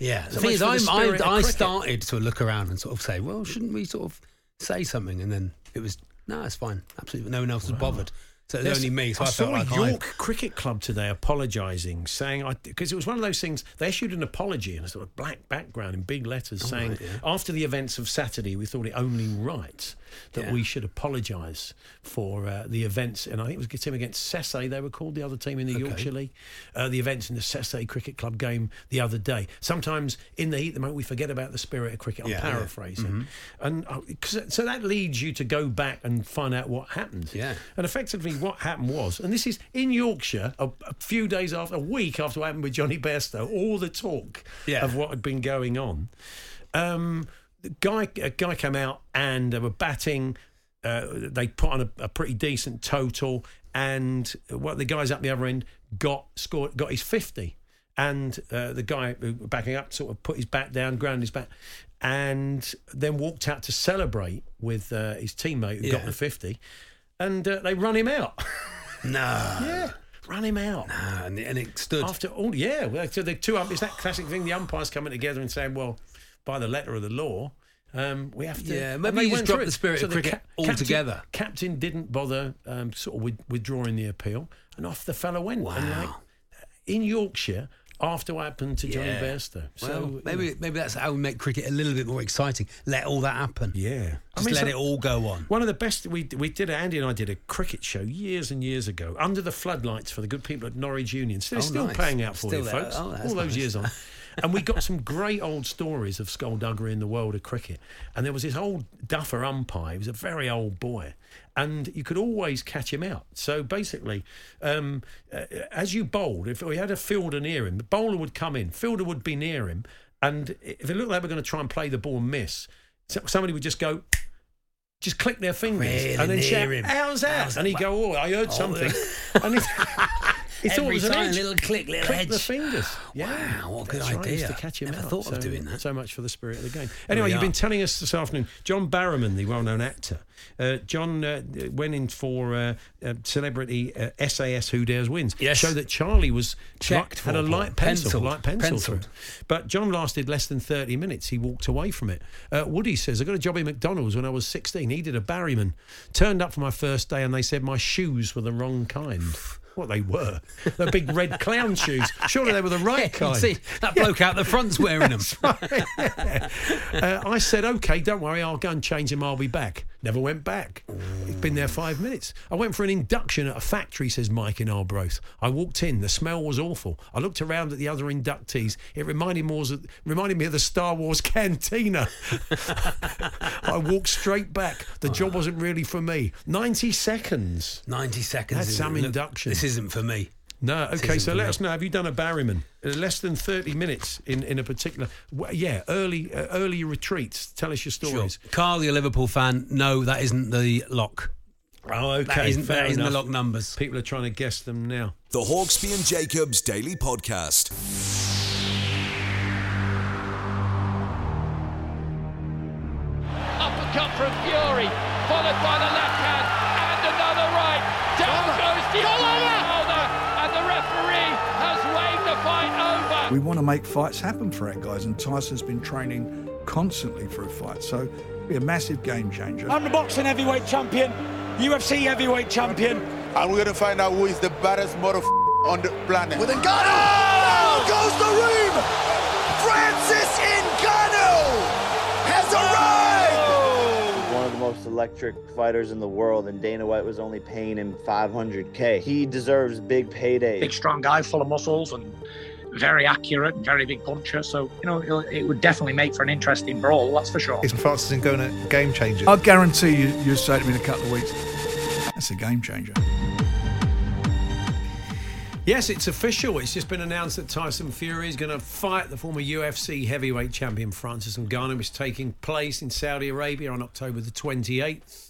Yeah, the So thing much is, for the I'm, spirit of I, I cricket. started to look around and sort of say, well, shouldn't we sort of say something? And then it was, no, it's fine. Absolutely. No one else was bothered. So it was Yes, only me. So I, saw felt like a I- York Cricket Club today apologising, saying because it was one of those things they issued an apology in a sort of black background in big letters, saying after the events of Saturday, we thought it only right that Yeah. we should apologise for uh, the events, and I think it was team against Sesse they were called the other team in the Yorkshire League, uh, the events in the Sesse Cricket Club game the other day. Sometimes in the heat of the moment, we forget about the spirit of cricket. I'm Yeah, yeah. paraphrasing. Mhm. And uh, 'cause- so that leads you to go back and find out what happened. Yeah. And effectively, what happened was, and this is in Yorkshire, a, a few days after, a week after what happened with Johnny Bairstow, all the talk Yeah. of what had been going on. Um, the guy, a guy came out and they were batting. Uh, they put on a, a pretty decent total, and what the guys at the other end got scored, got his fifty, and uh, the guy who were backing up sort of put his bat down, ground his bat, and then walked out to celebrate with uh, his teammate who Yeah. got the fifty, and uh, they run him out. No. yeah, run him out. Ah, and, and it stood. After all, yeah, well, so the two um, it's that classic thing. The umpires coming together and saying, "Well, by the letter of the law, um, we have to." Yeah, and maybe they you just went drop through the it. spirit of cricket captain- altogether. Captain, didn't bother um, sort of with, withdrawing the appeal, and off the fellow went. And like in Yorkshire, after what happened to Johnny Yeah. Bairstow, so well, you maybe know. maybe that's how we make cricket a little bit more exciting. Let all that happen. Yeah, Just let some- it all go on. One of the best we we did. Andy and I did a cricket show years and years ago under the floodlights for the good people at Norwich Union. Still, Oh, still nice. paying out for Still you, there. folks. Oh, that's all those nice. years on, and we got some great old stories of skullduggery in the world of cricket. And there was this old duffer umpire. He was a very old boy, and you could always catch him out. So basically, um, uh, as you bowled, if we had a fielder near him, the bowler would come in. Fielder would be near him, and if it looked like they were going to try and play the ball and miss. so- Somebody would just go, just click their fingers Really and then near shout, him. "How's that?" How's and he'd that? go, "Oh, I heard Oh, something." and it's, it's Every always time, an edge. little click, little click the edge. fingers. Yeah. Wow, what a good That's right, idea. used to catch him Never out. thought so, of doing that. So much for the spirit of the game. There Anyway, we you've been are. telling us this afternoon, John Barrowman, the well-known actor. Uh, John uh, went in for uh, uh, celebrity uh, SAS Who Dares Wins. Yes. Show that Charlie was Checked had a for, Paul. light pencil, Penciled. light pencil. Penciled. But John lasted less than 30 minutes. He walked away from it. Uh, Woody says, I got a job in McDonald's when I was 16. He did a Barryman. Turned up for my first day and they said my shoes were the wrong kind. What they were. The big red clown shoes. Surely they were the right You kind. see, that bloke out the front's wearing them. Uh, I said, okay, don't worry, I'll go and change him, I'll be back. Never went back. It's been there five minutes. I went for an induction at a factory, says Mike in Arbroath. I walked in, the smell was awful. I looked around at the other inductees. It reminded, more, reminded me of the Star Wars cantina. I walked straight back. The job wasn't really for me. 90 seconds. 90 seconds. That's isn't some it? Look, induction. This isn't for me. No, This okay. isn't So for let me. us know. Have you done a Barryman? Uh, Less than thirty minutes in, in a particular. wh- Yeah, early uh, early retreats. Tell us your Sure. stories. Carl, you're a Liverpool fan. No, that isn't the lock. Oh, okay. That isn't, fair that isn't the enough. lock numbers. People are trying to guess them now. The Hawksby and Jacobs Daily Podcast. Uppercut from Fury, followed by the left hand and another right. Down goes Diego and the referee has waved the fight over. We want to make fights happen for our guys, and Tyson's been training constantly for a fight, so it'll be a massive game changer. I'm the boxing heavyweight champion, UFC heavyweight champion. And we're gonna find out who is the baddest mother on the planet. With a Ngannou! goes the ream! Francis Ngannou has arrived! One of the most electric fighters in the world, and Dana White was only paying him 500K. He deserves big payday. big, strong guy, full of muscles, and very accurate, and very big puncher. So you know, it'll, it would definitely make for an interesting brawl. That's for sure. Is Francis and going to game changer? I guarantee you, you'll say to me in a couple of weeks, that's a game changer. Yes, it's official. It's just been announced that Tyson Fury is going to fight the former UFC heavyweight champion Francis Ngannou, which is taking place in Saudi Arabia on October the 28th,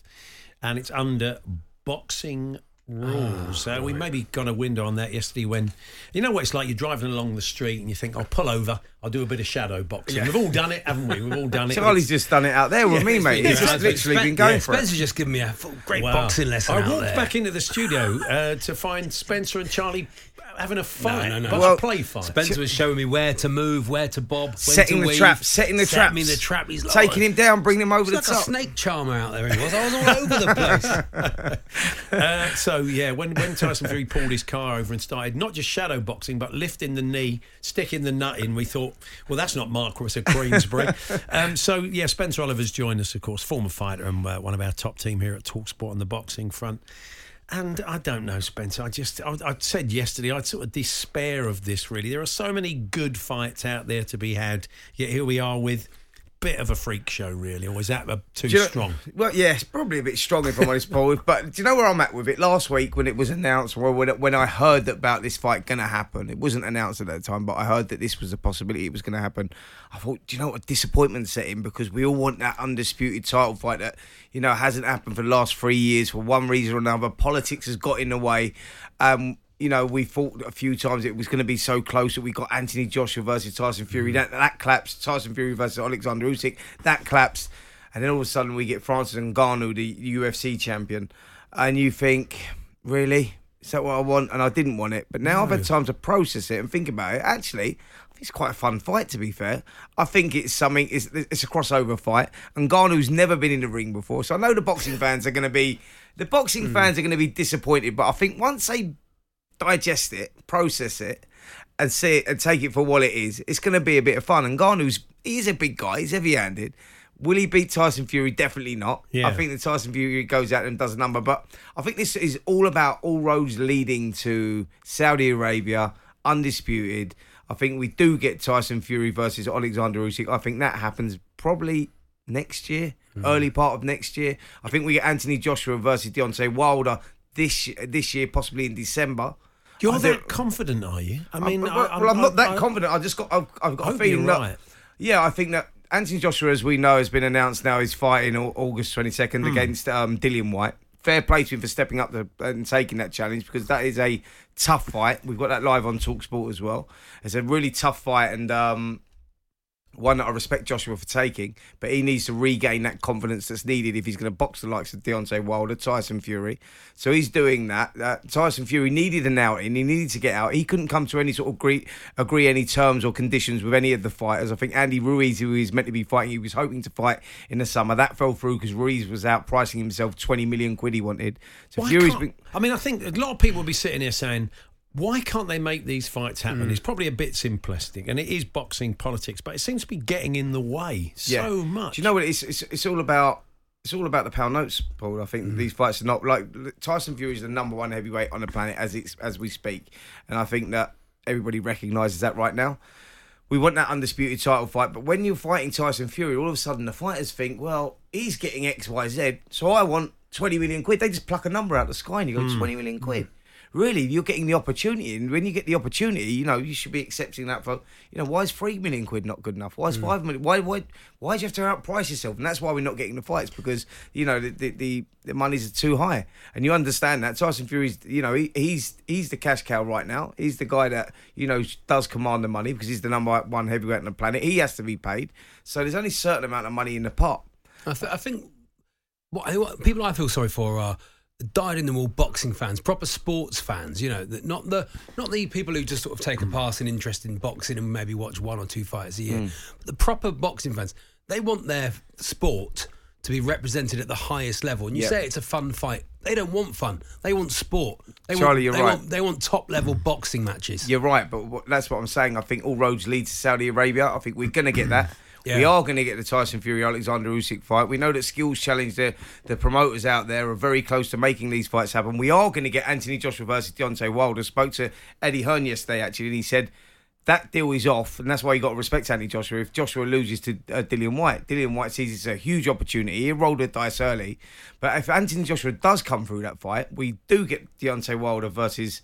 and it's under Boxing Oh, so we maybe got a window on that yesterday when you know what it's like you're driving along the street and you think I'll pull over I'll do a bit of shadow boxing Yeah. we've all done it haven't we we've all done it So Ollie's just done it out there with Yeah, me, it's mate. been- He's yeah, just it's literally been- been going yeah, for it. Spencer's just given me a full- great Wow. boxing lesson. I out walked there. back into the studio uh, to find Spencer and Charlie having a fight No, no, but no. a play fight Spencer was showing me where to move, where to bob, when Setting to the weave, trap, setting the set trap, me in the trap. He's like, taking him down, bringing him over It's the like a top. snake charmer out there. He was. I was all over the place. Uh, so yeah, when when Tyson Fury pulled his car over and started not just shadow boxing but lifting the knee, sticking the nut in, we thought, well, that's not Marquis of Queensbury. um, so yeah, Spencer Oliver's joined us, of course, former fighter and uh, one of our top team here at Talksport on the boxing front. And I don't know, Spencer. I just, I, I said yesterday, I sort of despair of this. Really, there are so many good fights out there to be had. Yet here we are with bit of a freak show, really. Or is that uh, too Do you know- strong? well, yeah, it's probably a bit strong if I'm honest, Paul. But do you know where I'm at with it? Last week when it was announced, well, when, when I heard that about this fight going to happen, it wasn't announced at that time, but I heard that this was a possibility it was going to happen. I thought, do you know what, disappointment set in because we all want that undisputed title fight that, you know, hasn't happened for the last three years for one reason or another. Politics has got in the way. Um, you know, we thought a few times it was going to be so close that we got Anthony Joshua versus Tyson Fury. That, that claps. Tyson Fury versus Alexander Usyk. That claps. And then all of a sudden we get Francis Ngannou, the UFC champion, and you think, really? Is that what I want? And I didn't want it. But now I've had time to process it and think about it. Actually, I think it's quite a fun fight, to be fair. I think it's something, it's, it's a crossover fight. And Ngannou's never been in the ring before. So I know the boxing fans are going to be, the boxing fans are going to be disappointed. But I think once they digest it, process it, and see it and take it for what it is. It's going to be a bit of fun. And Garnu's he's a big guy. He's heavy-handed. Will he beat Tyson Fury? Definitely not. Yeah. I think that Tyson Fury goes out and does a number. But I think this is all about all roads leading to Saudi Arabia, undisputed. I think we do get Tyson Fury versus Alexander Usyk. I think that happens probably next year, Mm. early part of next year. I think we get Anthony Joshua versus Deontay Wilder this this year, possibly in December. You're I that think- confident, are you? I mean, well, I, well, I'm not that I- confident. I just got, I've, I've got I a hope feeling you're that. right. Yeah, I think that Anthony Joshua, as we know, has been announced now. He's fighting Au- August 22nd Hmm. against um, Dillian White. Fair play to him for stepping up to, and taking that challenge because that is a tough fight. We've got that live on Talksport as well. It's a really tough fight, and um, one that I respect Joshua for taking, but he needs to regain that confidence that's needed if he's going to box the likes of Deontay Wilder, Tyson Fury. So he's doing that. Uh, Tyson Fury needed an outing. He needed to get out. He couldn't come to any sort of agree, agree any terms or conditions with any of the fighters. I think Andy Ruiz, who he's meant to be fighting, he was hoping to fight in the summer. That fell through because Ruiz was out pricing himself 20 million quid he wanted. So Why Fury's can't- been. I mean, I think a lot of people will be sitting here saying, why can't they make these fights happen? Hmm. It's probably a bit simplistic, and it is boxing politics, but it seems to be getting in the way so much. Do you know what it's, it's it's all about? It's all about the pound notes, Paul. I think these fights are not like Tyson Fury is the number one heavyweight on the planet as it's as we speak, and I think that everybody recognises that right now. We want that undisputed title fight, but when you're fighting Tyson Fury, all of a sudden the fighters think, well, he's getting X, Y, Z, so I want 20 million quid. They just pluck a number out of the sky and you go, Mm. 20 million quid. Really, you're getting the opportunity, and when you get the opportunity, you know you should be accepting that. For you know, why is three million quid not good enough? Why is five million? Why why why do you have to outprice yourself? And that's why we're not getting the fights because you know the the, the, the monies are too high, and you understand that. Tyson Fury's you know he, he's he's the cash cow right now. He's the guy that you know does command the money because he's the number one heavyweight on the planet. He has to be paid, so there's only a certain amount of money in the pot. I, th- I think what, what people I feel sorry for are died in the wool boxing fans, proper sports fans. You know, that not the not the people who just sort of take a passing interest in boxing and maybe watch one or two fights a year. Mm. But the proper boxing fans, they want their sport to be represented at the highest level. And you Yeah. say it's a fun fight. They don't want fun. They want sport. They want, Charlie, you're they right. Want, they want top level boxing matches. You're right, but what, that's what I'm saying. I think all roads lead to Saudi Arabia. I think we're going to get that. Yeah. We are going to get the Tyson Fury Alexander Usyk fight. We know that skills challenge the the promoters out there are very close to making these fights happen. We are going to get Anthony Joshua versus Deontay Wilder. Spoke to Eddie Hearn yesterday actually, and he said that deal is off, and that's why you got to respect Anthony Joshua. If Joshua loses to uh, Dillian White, Dillian White sees it's a huge opportunity. He rolled the dice early, but if Anthony Joshua does come through that fight, we do get Deontay Wilder versus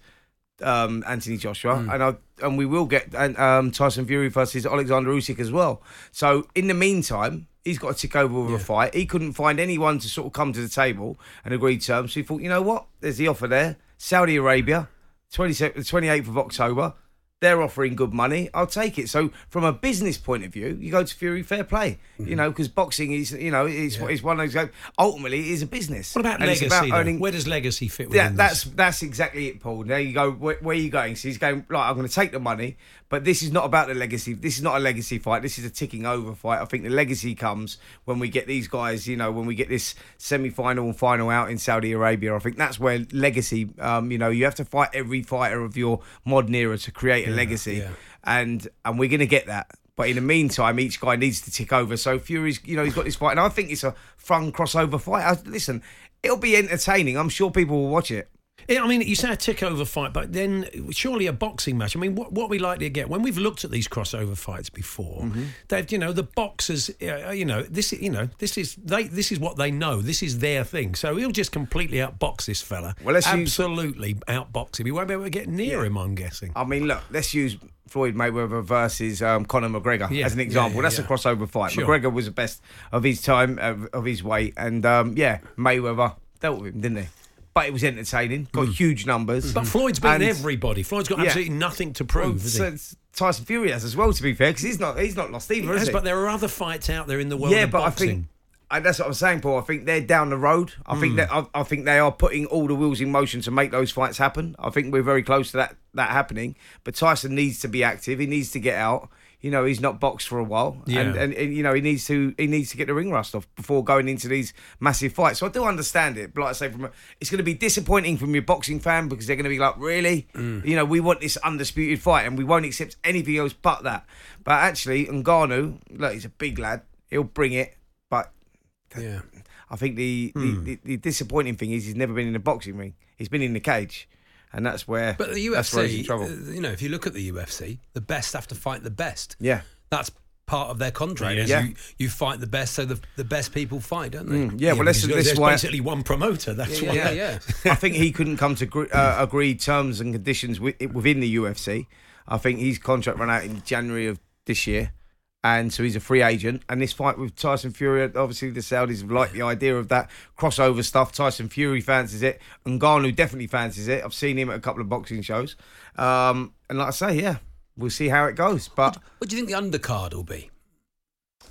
um, Anthony Joshua, and I and we will get and, um, Tyson Fury versus Alexander Usyk as well. So in the meantime, He's got to tick over with a fight. He couldn't find anyone to sort of come to the table and agree terms. So he thought, you know what? There's the offer there. Saudi Arabia, 20, the 28th of October. They're offering good money. I'll take it. So, from a business point of view, you go to Fury Fair Play, Mm-hmm. you know, because boxing is, you know, it's, it's one of those. Ultimately, it is a business. What about And it's legacy? about though? earning- Where does legacy fit within yeah, this? that's that's exactly it, Paul. There you go. Where, where are you going? So he's going. Right, I'm going to take the money, but this is not about the legacy. This is not a legacy fight. This is a ticking over fight. I think the legacy comes when we get these guys. You know, when we get this semi-final and final out in Saudi Arabia. I think that's where legacy. Um, you know, you have to fight every fighter of your modern era to create a legacy, and and we're going to get that. But in the meantime, each guy needs to tick over. So Fury's, you know, he's got this fight, and I think it's a fun crossover fight. I, listen, it'll be entertaining. I'm sure people will watch it. Yeah, I mean, you say a tick over fight, but then surely a boxing match. I mean, what, what are we likely to get when we've looked at these crossover fights before? Mm-hmm. They've, you know, the boxers, uh, you know, this, you know, this is they, this is what they know. This is their thing. So he'll just completely outbox this fella. Well, let's use- absolutely outbox him. He won't be able to get near him. I'm guessing. I mean, look, let's use Floyd Mayweather versus um, Conor McGregor Yeah, as an yeah, example. yeah, That's yeah. a crossover fight. Sure. McGregor was the best of his time, of, of his weight, and um, yeah, Mayweather dealt with him, didn't he? But it was entertaining. Got huge numbers. Mm. But Floyd's beaten everybody. Floyd's got absolutely nothing to prove, has he? Tyson Fury has as well, to be fair, because he's not he's not lost either. has Yes, he? but there are other fights out there in the world. yeah, of but boxing. I think I, that's what I'm saying, Paul. I think they're down the road. I think that I, I think they are putting all the wheels in motion to make those fights happen. I think we're very close to that that happening. But Tyson needs to be active. He needs to get out. You know, he's not boxed for a while, Yeah. and, and and you know he needs to he needs to get the ring rust off before going into these massive fights. So I do understand it, but like I say, from a, it's going to be disappointing from your boxing fan because they're going to be like, really, you know, we want this undisputed fight and we won't accept anything else but that. But actually, Ngannou, look, he's a big lad. He'll bring it, but yeah. I think the, Hmm. the, the, the disappointing thing is he's never been in a boxing ring. He's been in the cage, and that's where But the that's where he's in UFC, trouble. uh, you know, if you look at the UFC, the best have to fight the best. Yeah. That's part of their contract. Yeah. is Yeah. You, you fight the best, so the, the best people fight, don't they? Mm, yeah, well, this is because this there's why- basically one promoter. That's yeah, why. Yeah, yeah. I think he couldn't come to gr- uh, agreed terms and conditions wi- within the UFC. I think his contract ran out in January of this year, and so he's a free agent. And this fight with Tyson Fury, obviously the Saudis have liked the idea of that crossover stuff. Tyson Fury fancies it, and Ngannou definitely fancies it. I've seen him at a couple of boxing shows, um, and like I say, yeah, we'll see how it goes. But What do you think the undercard will be?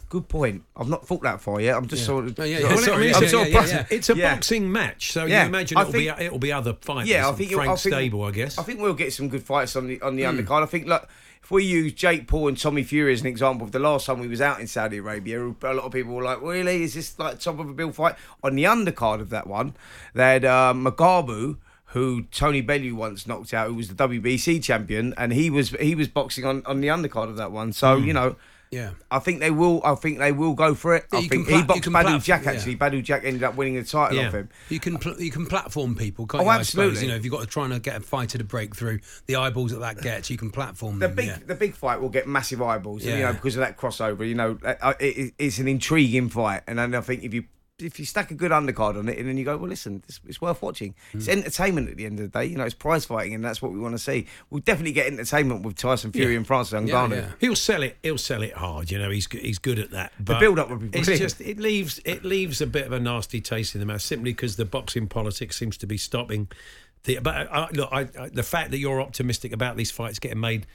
Good point. I've not thought that far yet. I'm just sort of. Oh, yeah, sort yeah. of- Sorry, I'm yeah, sort of yeah, yeah, processing. yeah. It's a Yeah. boxing match, so Yeah, you imagine I it'll think- be it'll be other fighters. Yeah, I and think it- Frank I think- Stable, I guess. I think we'll get some good fights on the on Hmm. the undercard. I think look, if we use Jake Paul and Tommy Fury as an example of the last time we was out in Saudi Arabia, a lot of people were like, "Really, is this like top of a bill fight?" On the undercard of that one, they had uh, Magabu. Who Tony Bellew once knocked out, who was the WBC champion, and he was he was boxing on, on the undercard of that one. So you know, Hmm. Yeah. I think they will. I think they will go for it. Yeah, I you think can pla- he you boxed can Badu pla- Jack yeah. actually. Badu Jack ended up winning the title off him. You can pl- you can platform people, can't Oh, you? I absolutely. Suppose, you know, if you've got to try and get a fighter to break through the eyeballs that that gets, you can platform the them. big Mm, yeah. the big fight will get massive eyeballs, you Yeah. know, because of that crossover. You know, Uh, it, it- it's an intriguing fight, and then I think if you if you stack a good undercard on it, and then you go, well, listen, this, it's worth watching. It's Mm. entertainment at the end of the day. You know, it's prize fighting, and that's what we want to see. We'll definitely get entertainment with Tyson Fury and Francis Ngannou. He'll sell it. He'll sell it hard. You know, he's g- he's good at that. The But build-up would be It's brilliant. just it leaves it leaves a bit of a nasty taste in the mouth simply because the boxing politics seems to be stopping. The but uh, look, I, I, the fact that you're optimistic about these fights getting made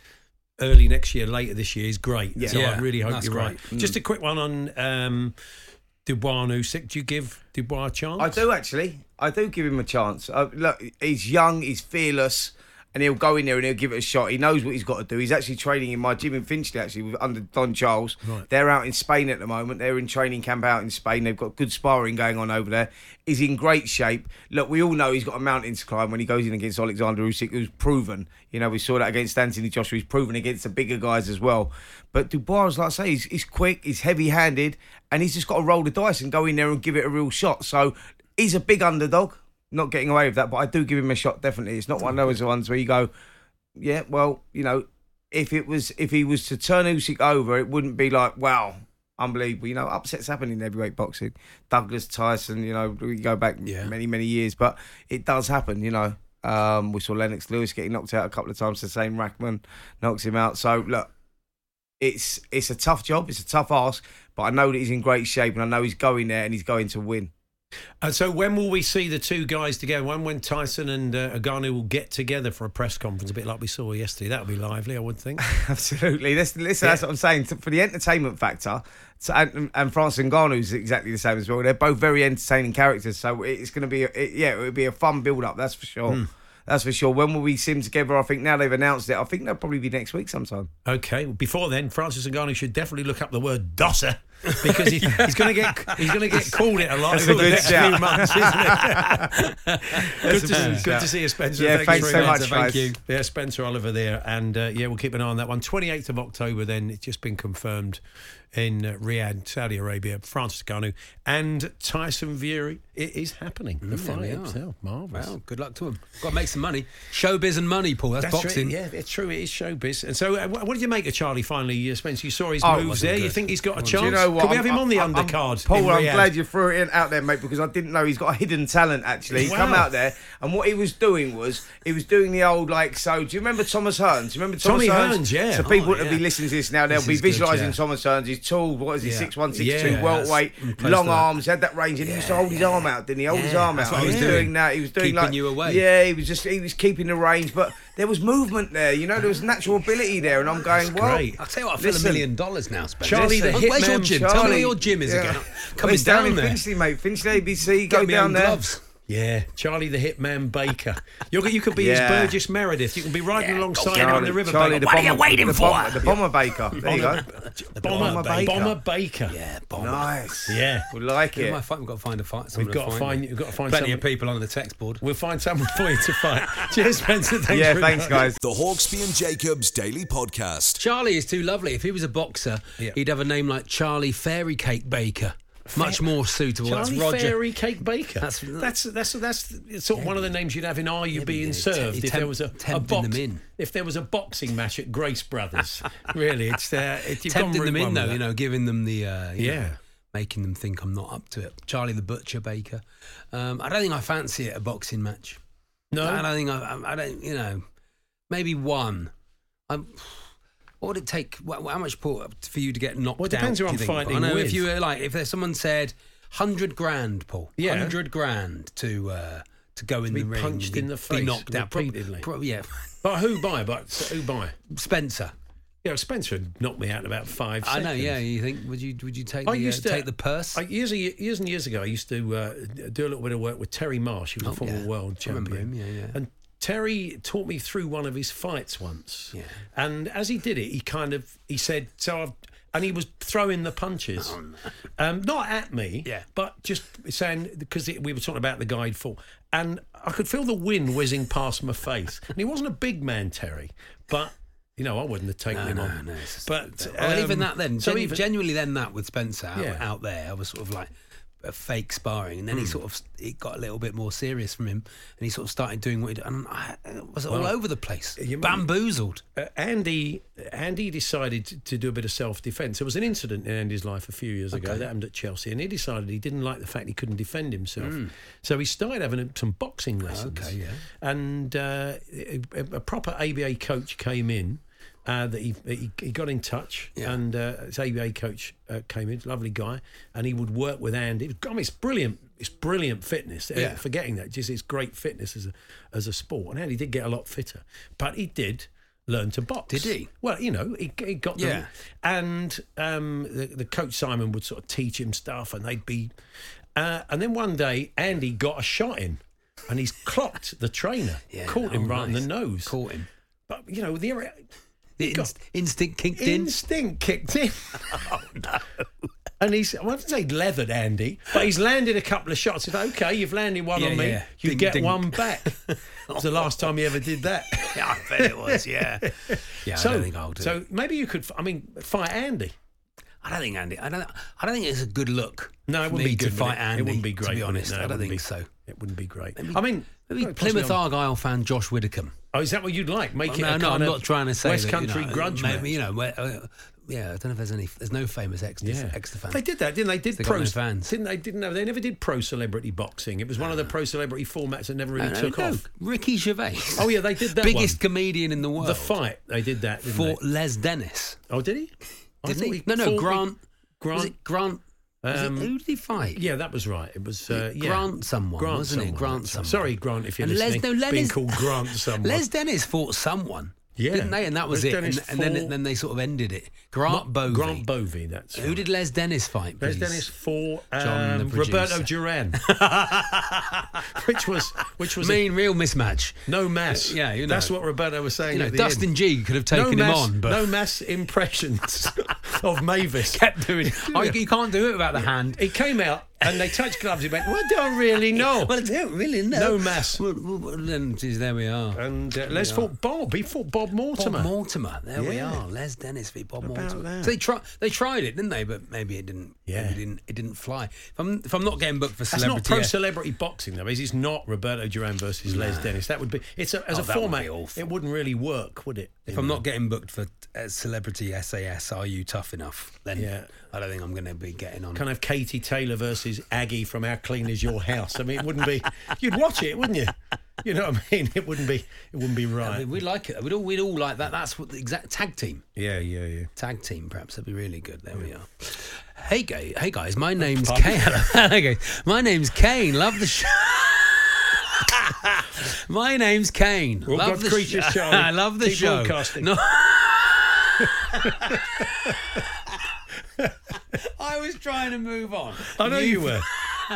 early next year, later this year is great. Yeah. So Yeah, I really hope that's you're right. great. Mm. Just a quick one on um, Dubois and Usyk. Do you give Dubois a chance? I do actually. I do give him a chance. Uh, look, he's young, he's fearless, and he'll go in there and he'll give it a shot. He knows what he's got to do. He's actually training in my gym in Finchley, actually, with, under Don Charles. Right. They're out in Spain at the moment. They're in training camp out in Spain. They've got good sparring going on over there. He's in great shape. Look, we all know he's got a mountain to climb when he goes in against Alexander Usyk, who's proven. You know, we saw that against Anthony Joshua. He's proven against the bigger guys as well. But Dubois, like I say, he's, he's quick, he's heavy-handed, and he's just got to roll the dice and go in there and give it a real shot. So he's a big underdog. Not getting away with that, but I do give him a shot. Definitely, it's not one of those ones where you go, yeah, well, you know, if it was if he was to turn Usyk over, it wouldn't be like wow, unbelievable. You know, upsets happen in heavyweight boxing. Douglas Tyson, you know, we go back many many years, but it does happen. You know, um, we saw Lennox Lewis getting knocked out a couple of times. The same Rackman knocks him out. So look, It's it's a tough job. It's a tough ask, but I know that he's in great shape, and I know he's going there and he's going to win. And Uh, so, when will we see the two guys together? When when Tyson and uh, Agani will get together for a press conference, a bit like we saw yesterday? That would be lively, I would think. Absolutely. Listen, listen that's what I'm saying. For the entertainment factor, t- and, and France Ngannou is exactly the same as well. They're both very entertaining characters, so it's going to be, a, it, yeah, it'll be a fun build up. That's for sure. Mm. That's for sure. When will we see them together? I think now they've announced it. I think they'll probably be next week sometime. Okay. well, Before then, Francis Ngannou should definitely look up the word dosser because he, he's going to get he's going to get called it a lot That's over a the good next shout. few months, isn't it? That's good, a to, good good shout. to see you, Spencer. Yeah, very thanks so much. much, Thank guys. you. Yeah, Spencer Oliver there, and uh, yeah, we'll keep an eye on that one. 28th of October. Then it's just been confirmed in uh, Riyadh, Saudi Arabia. Francis Ngannou and Tyson Fury. It is happening. The Mm, there fight we are. itself, marvelous. Well, good luck to him. Got to make some money. Showbiz and money, Paul. That's, That's boxing. Right. Yeah, it's true. It is showbiz. And so, uh, wh- what did you make of Charlie finally, uh, Spencer? You saw his Oh, it moves wasn't there. You good. think he's got a Do chance? you know what? Could we I'm- have him on the I'm- I'm- undercard? in Paul, I'm Riyadh? glad you threw it in, out there, mate, because I didn't know he's got a hidden talent. Actually, he come Wow. out there, and what he was doing was he was doing the old like. So, do you remember Thomas Hearns? Do you remember Thomas Tommy Hearns? Hearns, yeah. So people Oh, that yeah. be listening to this now, they'll This be is good, visualising yeah. Thomas Hearns. He's tall. What is he? Yeah. Six one, six two, Yeah, welterweight, that's- mm, close long to that. arms, had that range, and he used to hold his arm out, didn't he? Hold his Yeah, arm that's out. what I he was was doing. doing that. He was doing Keeping like you away. Yeah, he was just he was keeping the range, but there was movement there. You know, there was natural ability there, and I'm going, well, great. I'll tell you what, I feel a million dollars now, Spencer. Charlie, Listen, the hitman. where's your gym? Tell me where your gym is again. Coming it's down, down in there. Finchley, mate. Finchley ABC. Go me down own there. gloves. Yeah, Charlie the Hitman Baker. You're, you could be Yeah. his Burgess Meredith. You can be riding alongside him on the river. Charlie Baker. the bomber, the Bomber, the bomber baker. There you go. The bomber, Bomber Baker. Baker. Bomber Baker. Yeah, Nice. Yeah, we like Who it. am I fighting? We've got to find a fight. We've got to find. you. We've got to find plenty someone. of people on the text board. We'll find someone for you to fight. Cheers, Spencer. Thanks very much. The Hawksby and Jacobs Daily Podcast. Charlie is too lovely. If he was a boxer, Yeah. he'd have a name like Charlie Fairy Cake Baker. Much more suitable. Charlie That's Roger. Fairy Cake Baker. That's- That's that's that's, that's sort of one of the names you'd have in Are You Being yeah, Served te- if there was a, a tempting box, them in. if there was a boxing match at Grace Brothers. really, it's uh, it, you've gone tempting route them in one though. with You that. know, giving them the uh, you Yeah. know, making them think I'm not up to it. Charlie the Butcher Baker. Um, I don't think I fancy it a boxing match. No? I don't think I. I, I don't. You know, maybe one. I'm, what would it take? wh- wh- How much Paul, for you to get knocked Well, it out? depends who do you I'm think? But I fighting know if with. you were like, if there's someone said hundred grand, Paul, Yeah. hundred grand to uh, to go in Be the ring, punched be, in the be face knocked out, Prob- repeatedly. prob- yeah, But who by? But who by? Spencer. Yeah, Spencer knocked me out in about five. I know. seconds. Yeah, you think would you would you take I the used uh, to take the purse? I, years, and ye- years and years ago, I used to uh, do a little bit of work with Terry Marsh, who was Oh, a former yeah. world I remember champion. him, yeah, yeah. And Terry taught me through one of his fights once. Yeah. And as he did it, he kind of he said, "So I've." And he was throwing the punches, Oh, um, not at me, yeah. but just saying because we were talking about the guide fall, and I could feel the wind whizzing past my face. And he wasn't a big man, Terry, but you know I wouldn't have taken No, him no, on. no, it's just- but well, even um, that then. so genu- even- genuinely then that with Spencer out, Yeah. Hmm. out there, I was sort of like a fake sparring, and then he sort of it got a little bit more serious from him, and he sort of started doing what he did, and I I was all Well, over the place, you- bamboozled. uh, Andy Andy decided to- to do a bit of self defence. There was an incident in Andy's life a few years ago Okay. that happened at Chelsea, and he decided he didn't like the fact he couldn't defend himself. So he started having a- some boxing lessons. Hmm. okay, yeah. And uh, a, a proper ABA coach came in. Uh, that he, he he got in touch, and uh, his ABA coach uh, came in, lovely guy, and he would work with Andy. God, it's brilliant! It's brilliant fitness. Uh, Yeah. Yeah. Forgetting that, just it's great fitness as a as a sport. And Andy did get a lot fitter, but he did learn to box. Did he? Well, you know, he, he got Yeah. them. And um, the, the coach Simon would sort of teach him stuff, and they'd be. Uh, and then one day, Andy got a shot in, and he's clocked the trainer, caught him oh, right nice. in the nose. Caught him. But you know, the The got- inst- instinct kicked in. Oh, instinct kicked in. And he's, I wouldn't say leathered Andy, but he's landed a couple of shots. He's like, okay, you've landed one Yeah, on me, yeah. you Ding, get ding. one back. It was the last time he ever did that. Yeah, I bet it was. Yeah. Yeah, I so, don't think I'll do So it. maybe you could, I mean, fight Andy. I don't think Andy. I don't. I don't think it's a good look. No, it for wouldn't me be to good, would fight it? It Andy. wouldn't be To be great, would it? honest, No, it I don't wouldn't think so. be. It wouldn't be great. Maybe- I mean, Maybe possibly Plymouth on- Argyle fan Josh Widdicombe. Oh, is that what you'd like? Make Well, it no, a no, kind I'm of not trying to say West that, Country you know, grudge maybe, match. You know, where, uh, yeah, I don't know if there's any. There's no famous X Yeah. X fans. They did that, didn't they? Did They got pro no fans. Didn't they? Didn't they? They never did pro celebrity boxing. It was one of the pro celebrity formats that never really No, no, took no. off. Ricky Gervais. Oh yeah, they did that. Biggest one. comedian in the world. The fight they did that didn't for they? Les Dennis. Oh, did he? I Didn't thought he? No, no, fought- Grant. Grant- was it Grant. was it- Um, who did he fight? Yeah, that was right. It was uh, yeah. Grant someone, Grant wasn't someone. it? Grant someone. Sorry, Grant, if you're And Les- listening. no, Les- being called Grant someone. Les Dennis fought someone. Yeah. Didn't they? And that was Les it. And, Dennis and then, fought- then they sort of ended it. Grant Bovey. Grant Bovey. That's Who did Les Dennis fight? Les please? Dennis for John, the um, Roberto producer. Duran, which was which was a mean real mismatch. No mass. Yeah, you know. That's what Roberto was saying. You know, at the Dustin end. G could have taken no him mass, on, but no mass impressions of Mavis. kept doing. Oh, I, you can't do it without the hand. He came out and they touched gloves. He went, "Well, I don't really know." Well, I don't really know. No mass. Well, well, well, then, geez, there we are. And uh, Les fought Bob. He fought Bob Mortimer. Bob Mortimer. There we Yeah. are. Les Dennis v Bob About Mortimer. that. So they tried. They tried it, didn't they? But maybe it didn't. Yeah. maybe it didn't. It didn't fly. If I'm, if I'm not getting booked for That's celebrity, not pro yeah. celebrity boxing though, is it? It's not Roberto Duran versus Les Dennis. That would be it's a, as Oh, a that would format. be awful. It wouldn't really work, would it? if I'm not getting booked for uh, celebrity SAS, are you tough enough? Then Yeah. I don't think I'm going to be getting on. kind of Katie Taylor versus Aggie from How Clean Is Your House. I mean, it wouldn't be. You'd watch it, wouldn't you? You know what I mean? It wouldn't be. It wouldn't be I right. mean, we like it. We'd all, we'd all like that. That's what the exact tag team. Yeah, yeah, yeah. Tag team, perhaps that'd be really good. There we are. Hey, guy, hey guys, my name's Kane. okay, my name's Kane. Love the show. my name's Kane. Well, love God the creature sh- show. I love the Keep show. broadcasting. No. I was trying to move on. I know you were.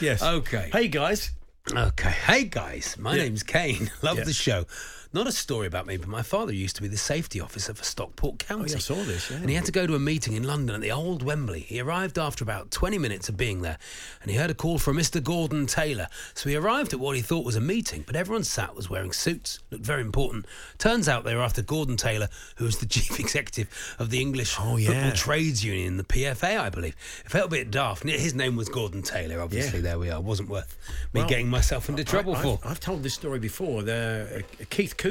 yes. Okay. Hey guys. Okay. Hey guys, my name's Kane. Love Yeah. the show. Not a story about me, but my father used to be the safety officer for Stockport County. Oh, yeah, I saw this, yeah. And he had to go to a meeting in London at the old Wembley. He arrived after about 20 minutes of being there and he heard a call from Mr. Gordon Taylor. So he arrived at what he thought was a meeting, but everyone sat was wearing suits, looked very important. Turns out they were after Gordon Taylor, who was the chief executive of the English Oh, yeah. Football Trades Union, the PFA, I believe. It felt a bit daft. and His name was Gordon Taylor, obviously. There we are. Wasn't worth me Well, getting myself into trouble I, for. I've, I've told this story before. The, uh, Keith Cooper.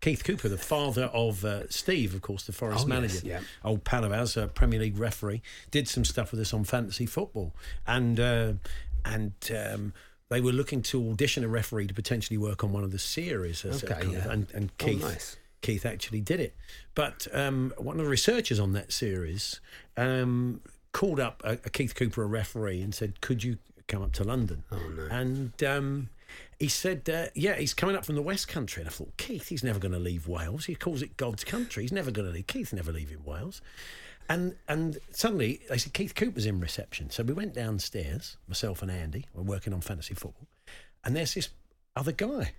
Keith Cooper, the father of uh, Steve, of course, the Forest Oh, manager, yes, yeah. old pal of ours, uh, Premier League referee, did some stuff with us on fantasy football, and uh, and um, they were looking to audition a referee to potentially work on one of the series. as a Okay, kind of- yeah. and, and Oh, Keith, nice. Keith actually did it. But um, one of the researchers on that series um, called up a, a Keith Cooper, a referee, and said, "Could you come up to London?" Oh no! And um, he said, uh, "Yeah, he's coming up from the West Country." And I thought, Keith, he's never going to leave Wales. He calls it God's country. He's never going to leave. Keith's never leaving Wales. And and suddenly they said Keith Cooper's in reception. So we went downstairs, myself and Andy, we're working on fantasy football, and there's this other guy.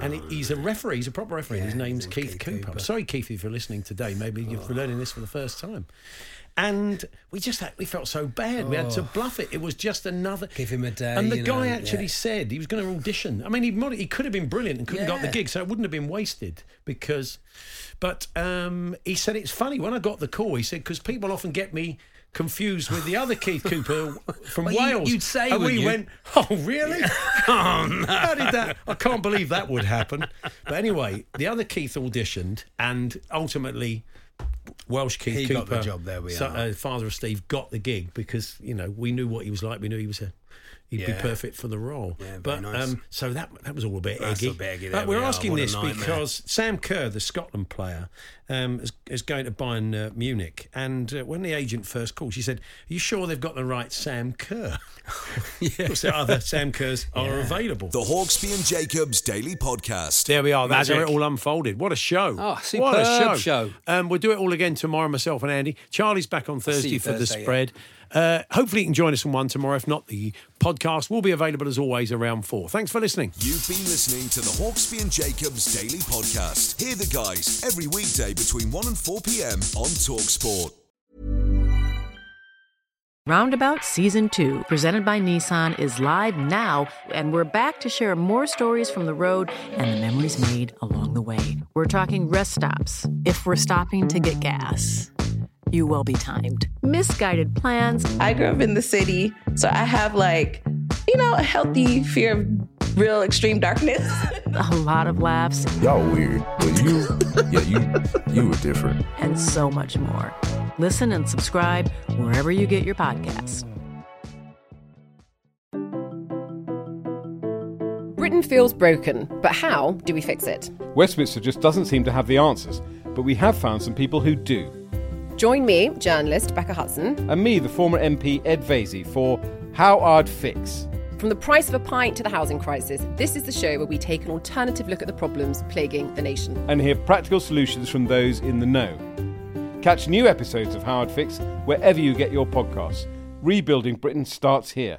And he- he's a Ah. referee, he's a proper referee. His name's Keith, Cooper. I'm sorry, Keith, if you're listening today. Maybe you're Ah. learning this for the first time. And we just had, we felt so bad. We had to bluff it. It was just another. Ah. Give him a day, And the you guy know, actually yeah. said he was going to audition. I mean, he, mod- he could have been brilliant and couldn't got the Yeah. gig, so it wouldn't have been wasted because. But um, he said it's funny when I got the call. He said because people often get me confused with the other Keith Cooper from Well, you- Wales. you'd say, and we wouldn't you? went, oh really? oh no! How did that? I can't believe that would happen. But anyway, the other Keith auditioned and ultimately. Welsh Keith He Cooper, got the job, there we so- are. uh, father of Steve got the gig because you know we knew what he was like. We knew he was a he'd be Yeah. perfect for the role. Yeah, very but nice. um, so that that was all a bit That's eggy. a bit eggy, but there we're we are. asking What a this nightmare. because Sam Kerr, the Scotland player, um, is, is going to Bayern uh, Munich, and uh, when the agent first called, she said, "Are you sure they've got the right Sam Kerr? Because the other Sam Kerrs are available." The Hawksby and Jacobs Daily Podcast. There we are. That's how it Magic. all unfolded. What a show! Oh, what a show! superb show. Um, we'll do it all again tomorrow. Myself and Andy. Charlie's back on Thursday you for the Thursday, yeah. spread. Uh, hopefully, you can join us on one tomorrow. If not, the podcast will be available as always around four. Thanks for listening. You've been listening to the Hawksby and Jacobs Daily Podcast. Hear the guys every weekday between 1 and 4 p.m. on Talksport. Roundabout Season 2, presented by Nissan, is live now, and we're back to share more stories from the road and the memories made along the way. We're talking rest stops, if we're stopping to get gas. You will be timed. Misguided plans. I grew up in the city, so I have like, you know, a healthy fear of real extreme darkness. a lot of laughs, Y'all weird, but you, yeah, you, you were different. and so much more. Listen and subscribe wherever you get your podcasts. Britain feels broken, but how do we fix it? Westminster just doesn't seem to have the answers, but we have found some people who do. Join me, journalist Becca Hudson, And me, the former MP Ed Vasey, for How I'd Fix. from the price of a pint to the housing crisis. This is the show where we take an alternative look at the problems plaguing the nation. and hear practical solutions from those in the know. Catch new episodes of Howard Fix wherever you get your podcasts. Rebuilding Britain starts here.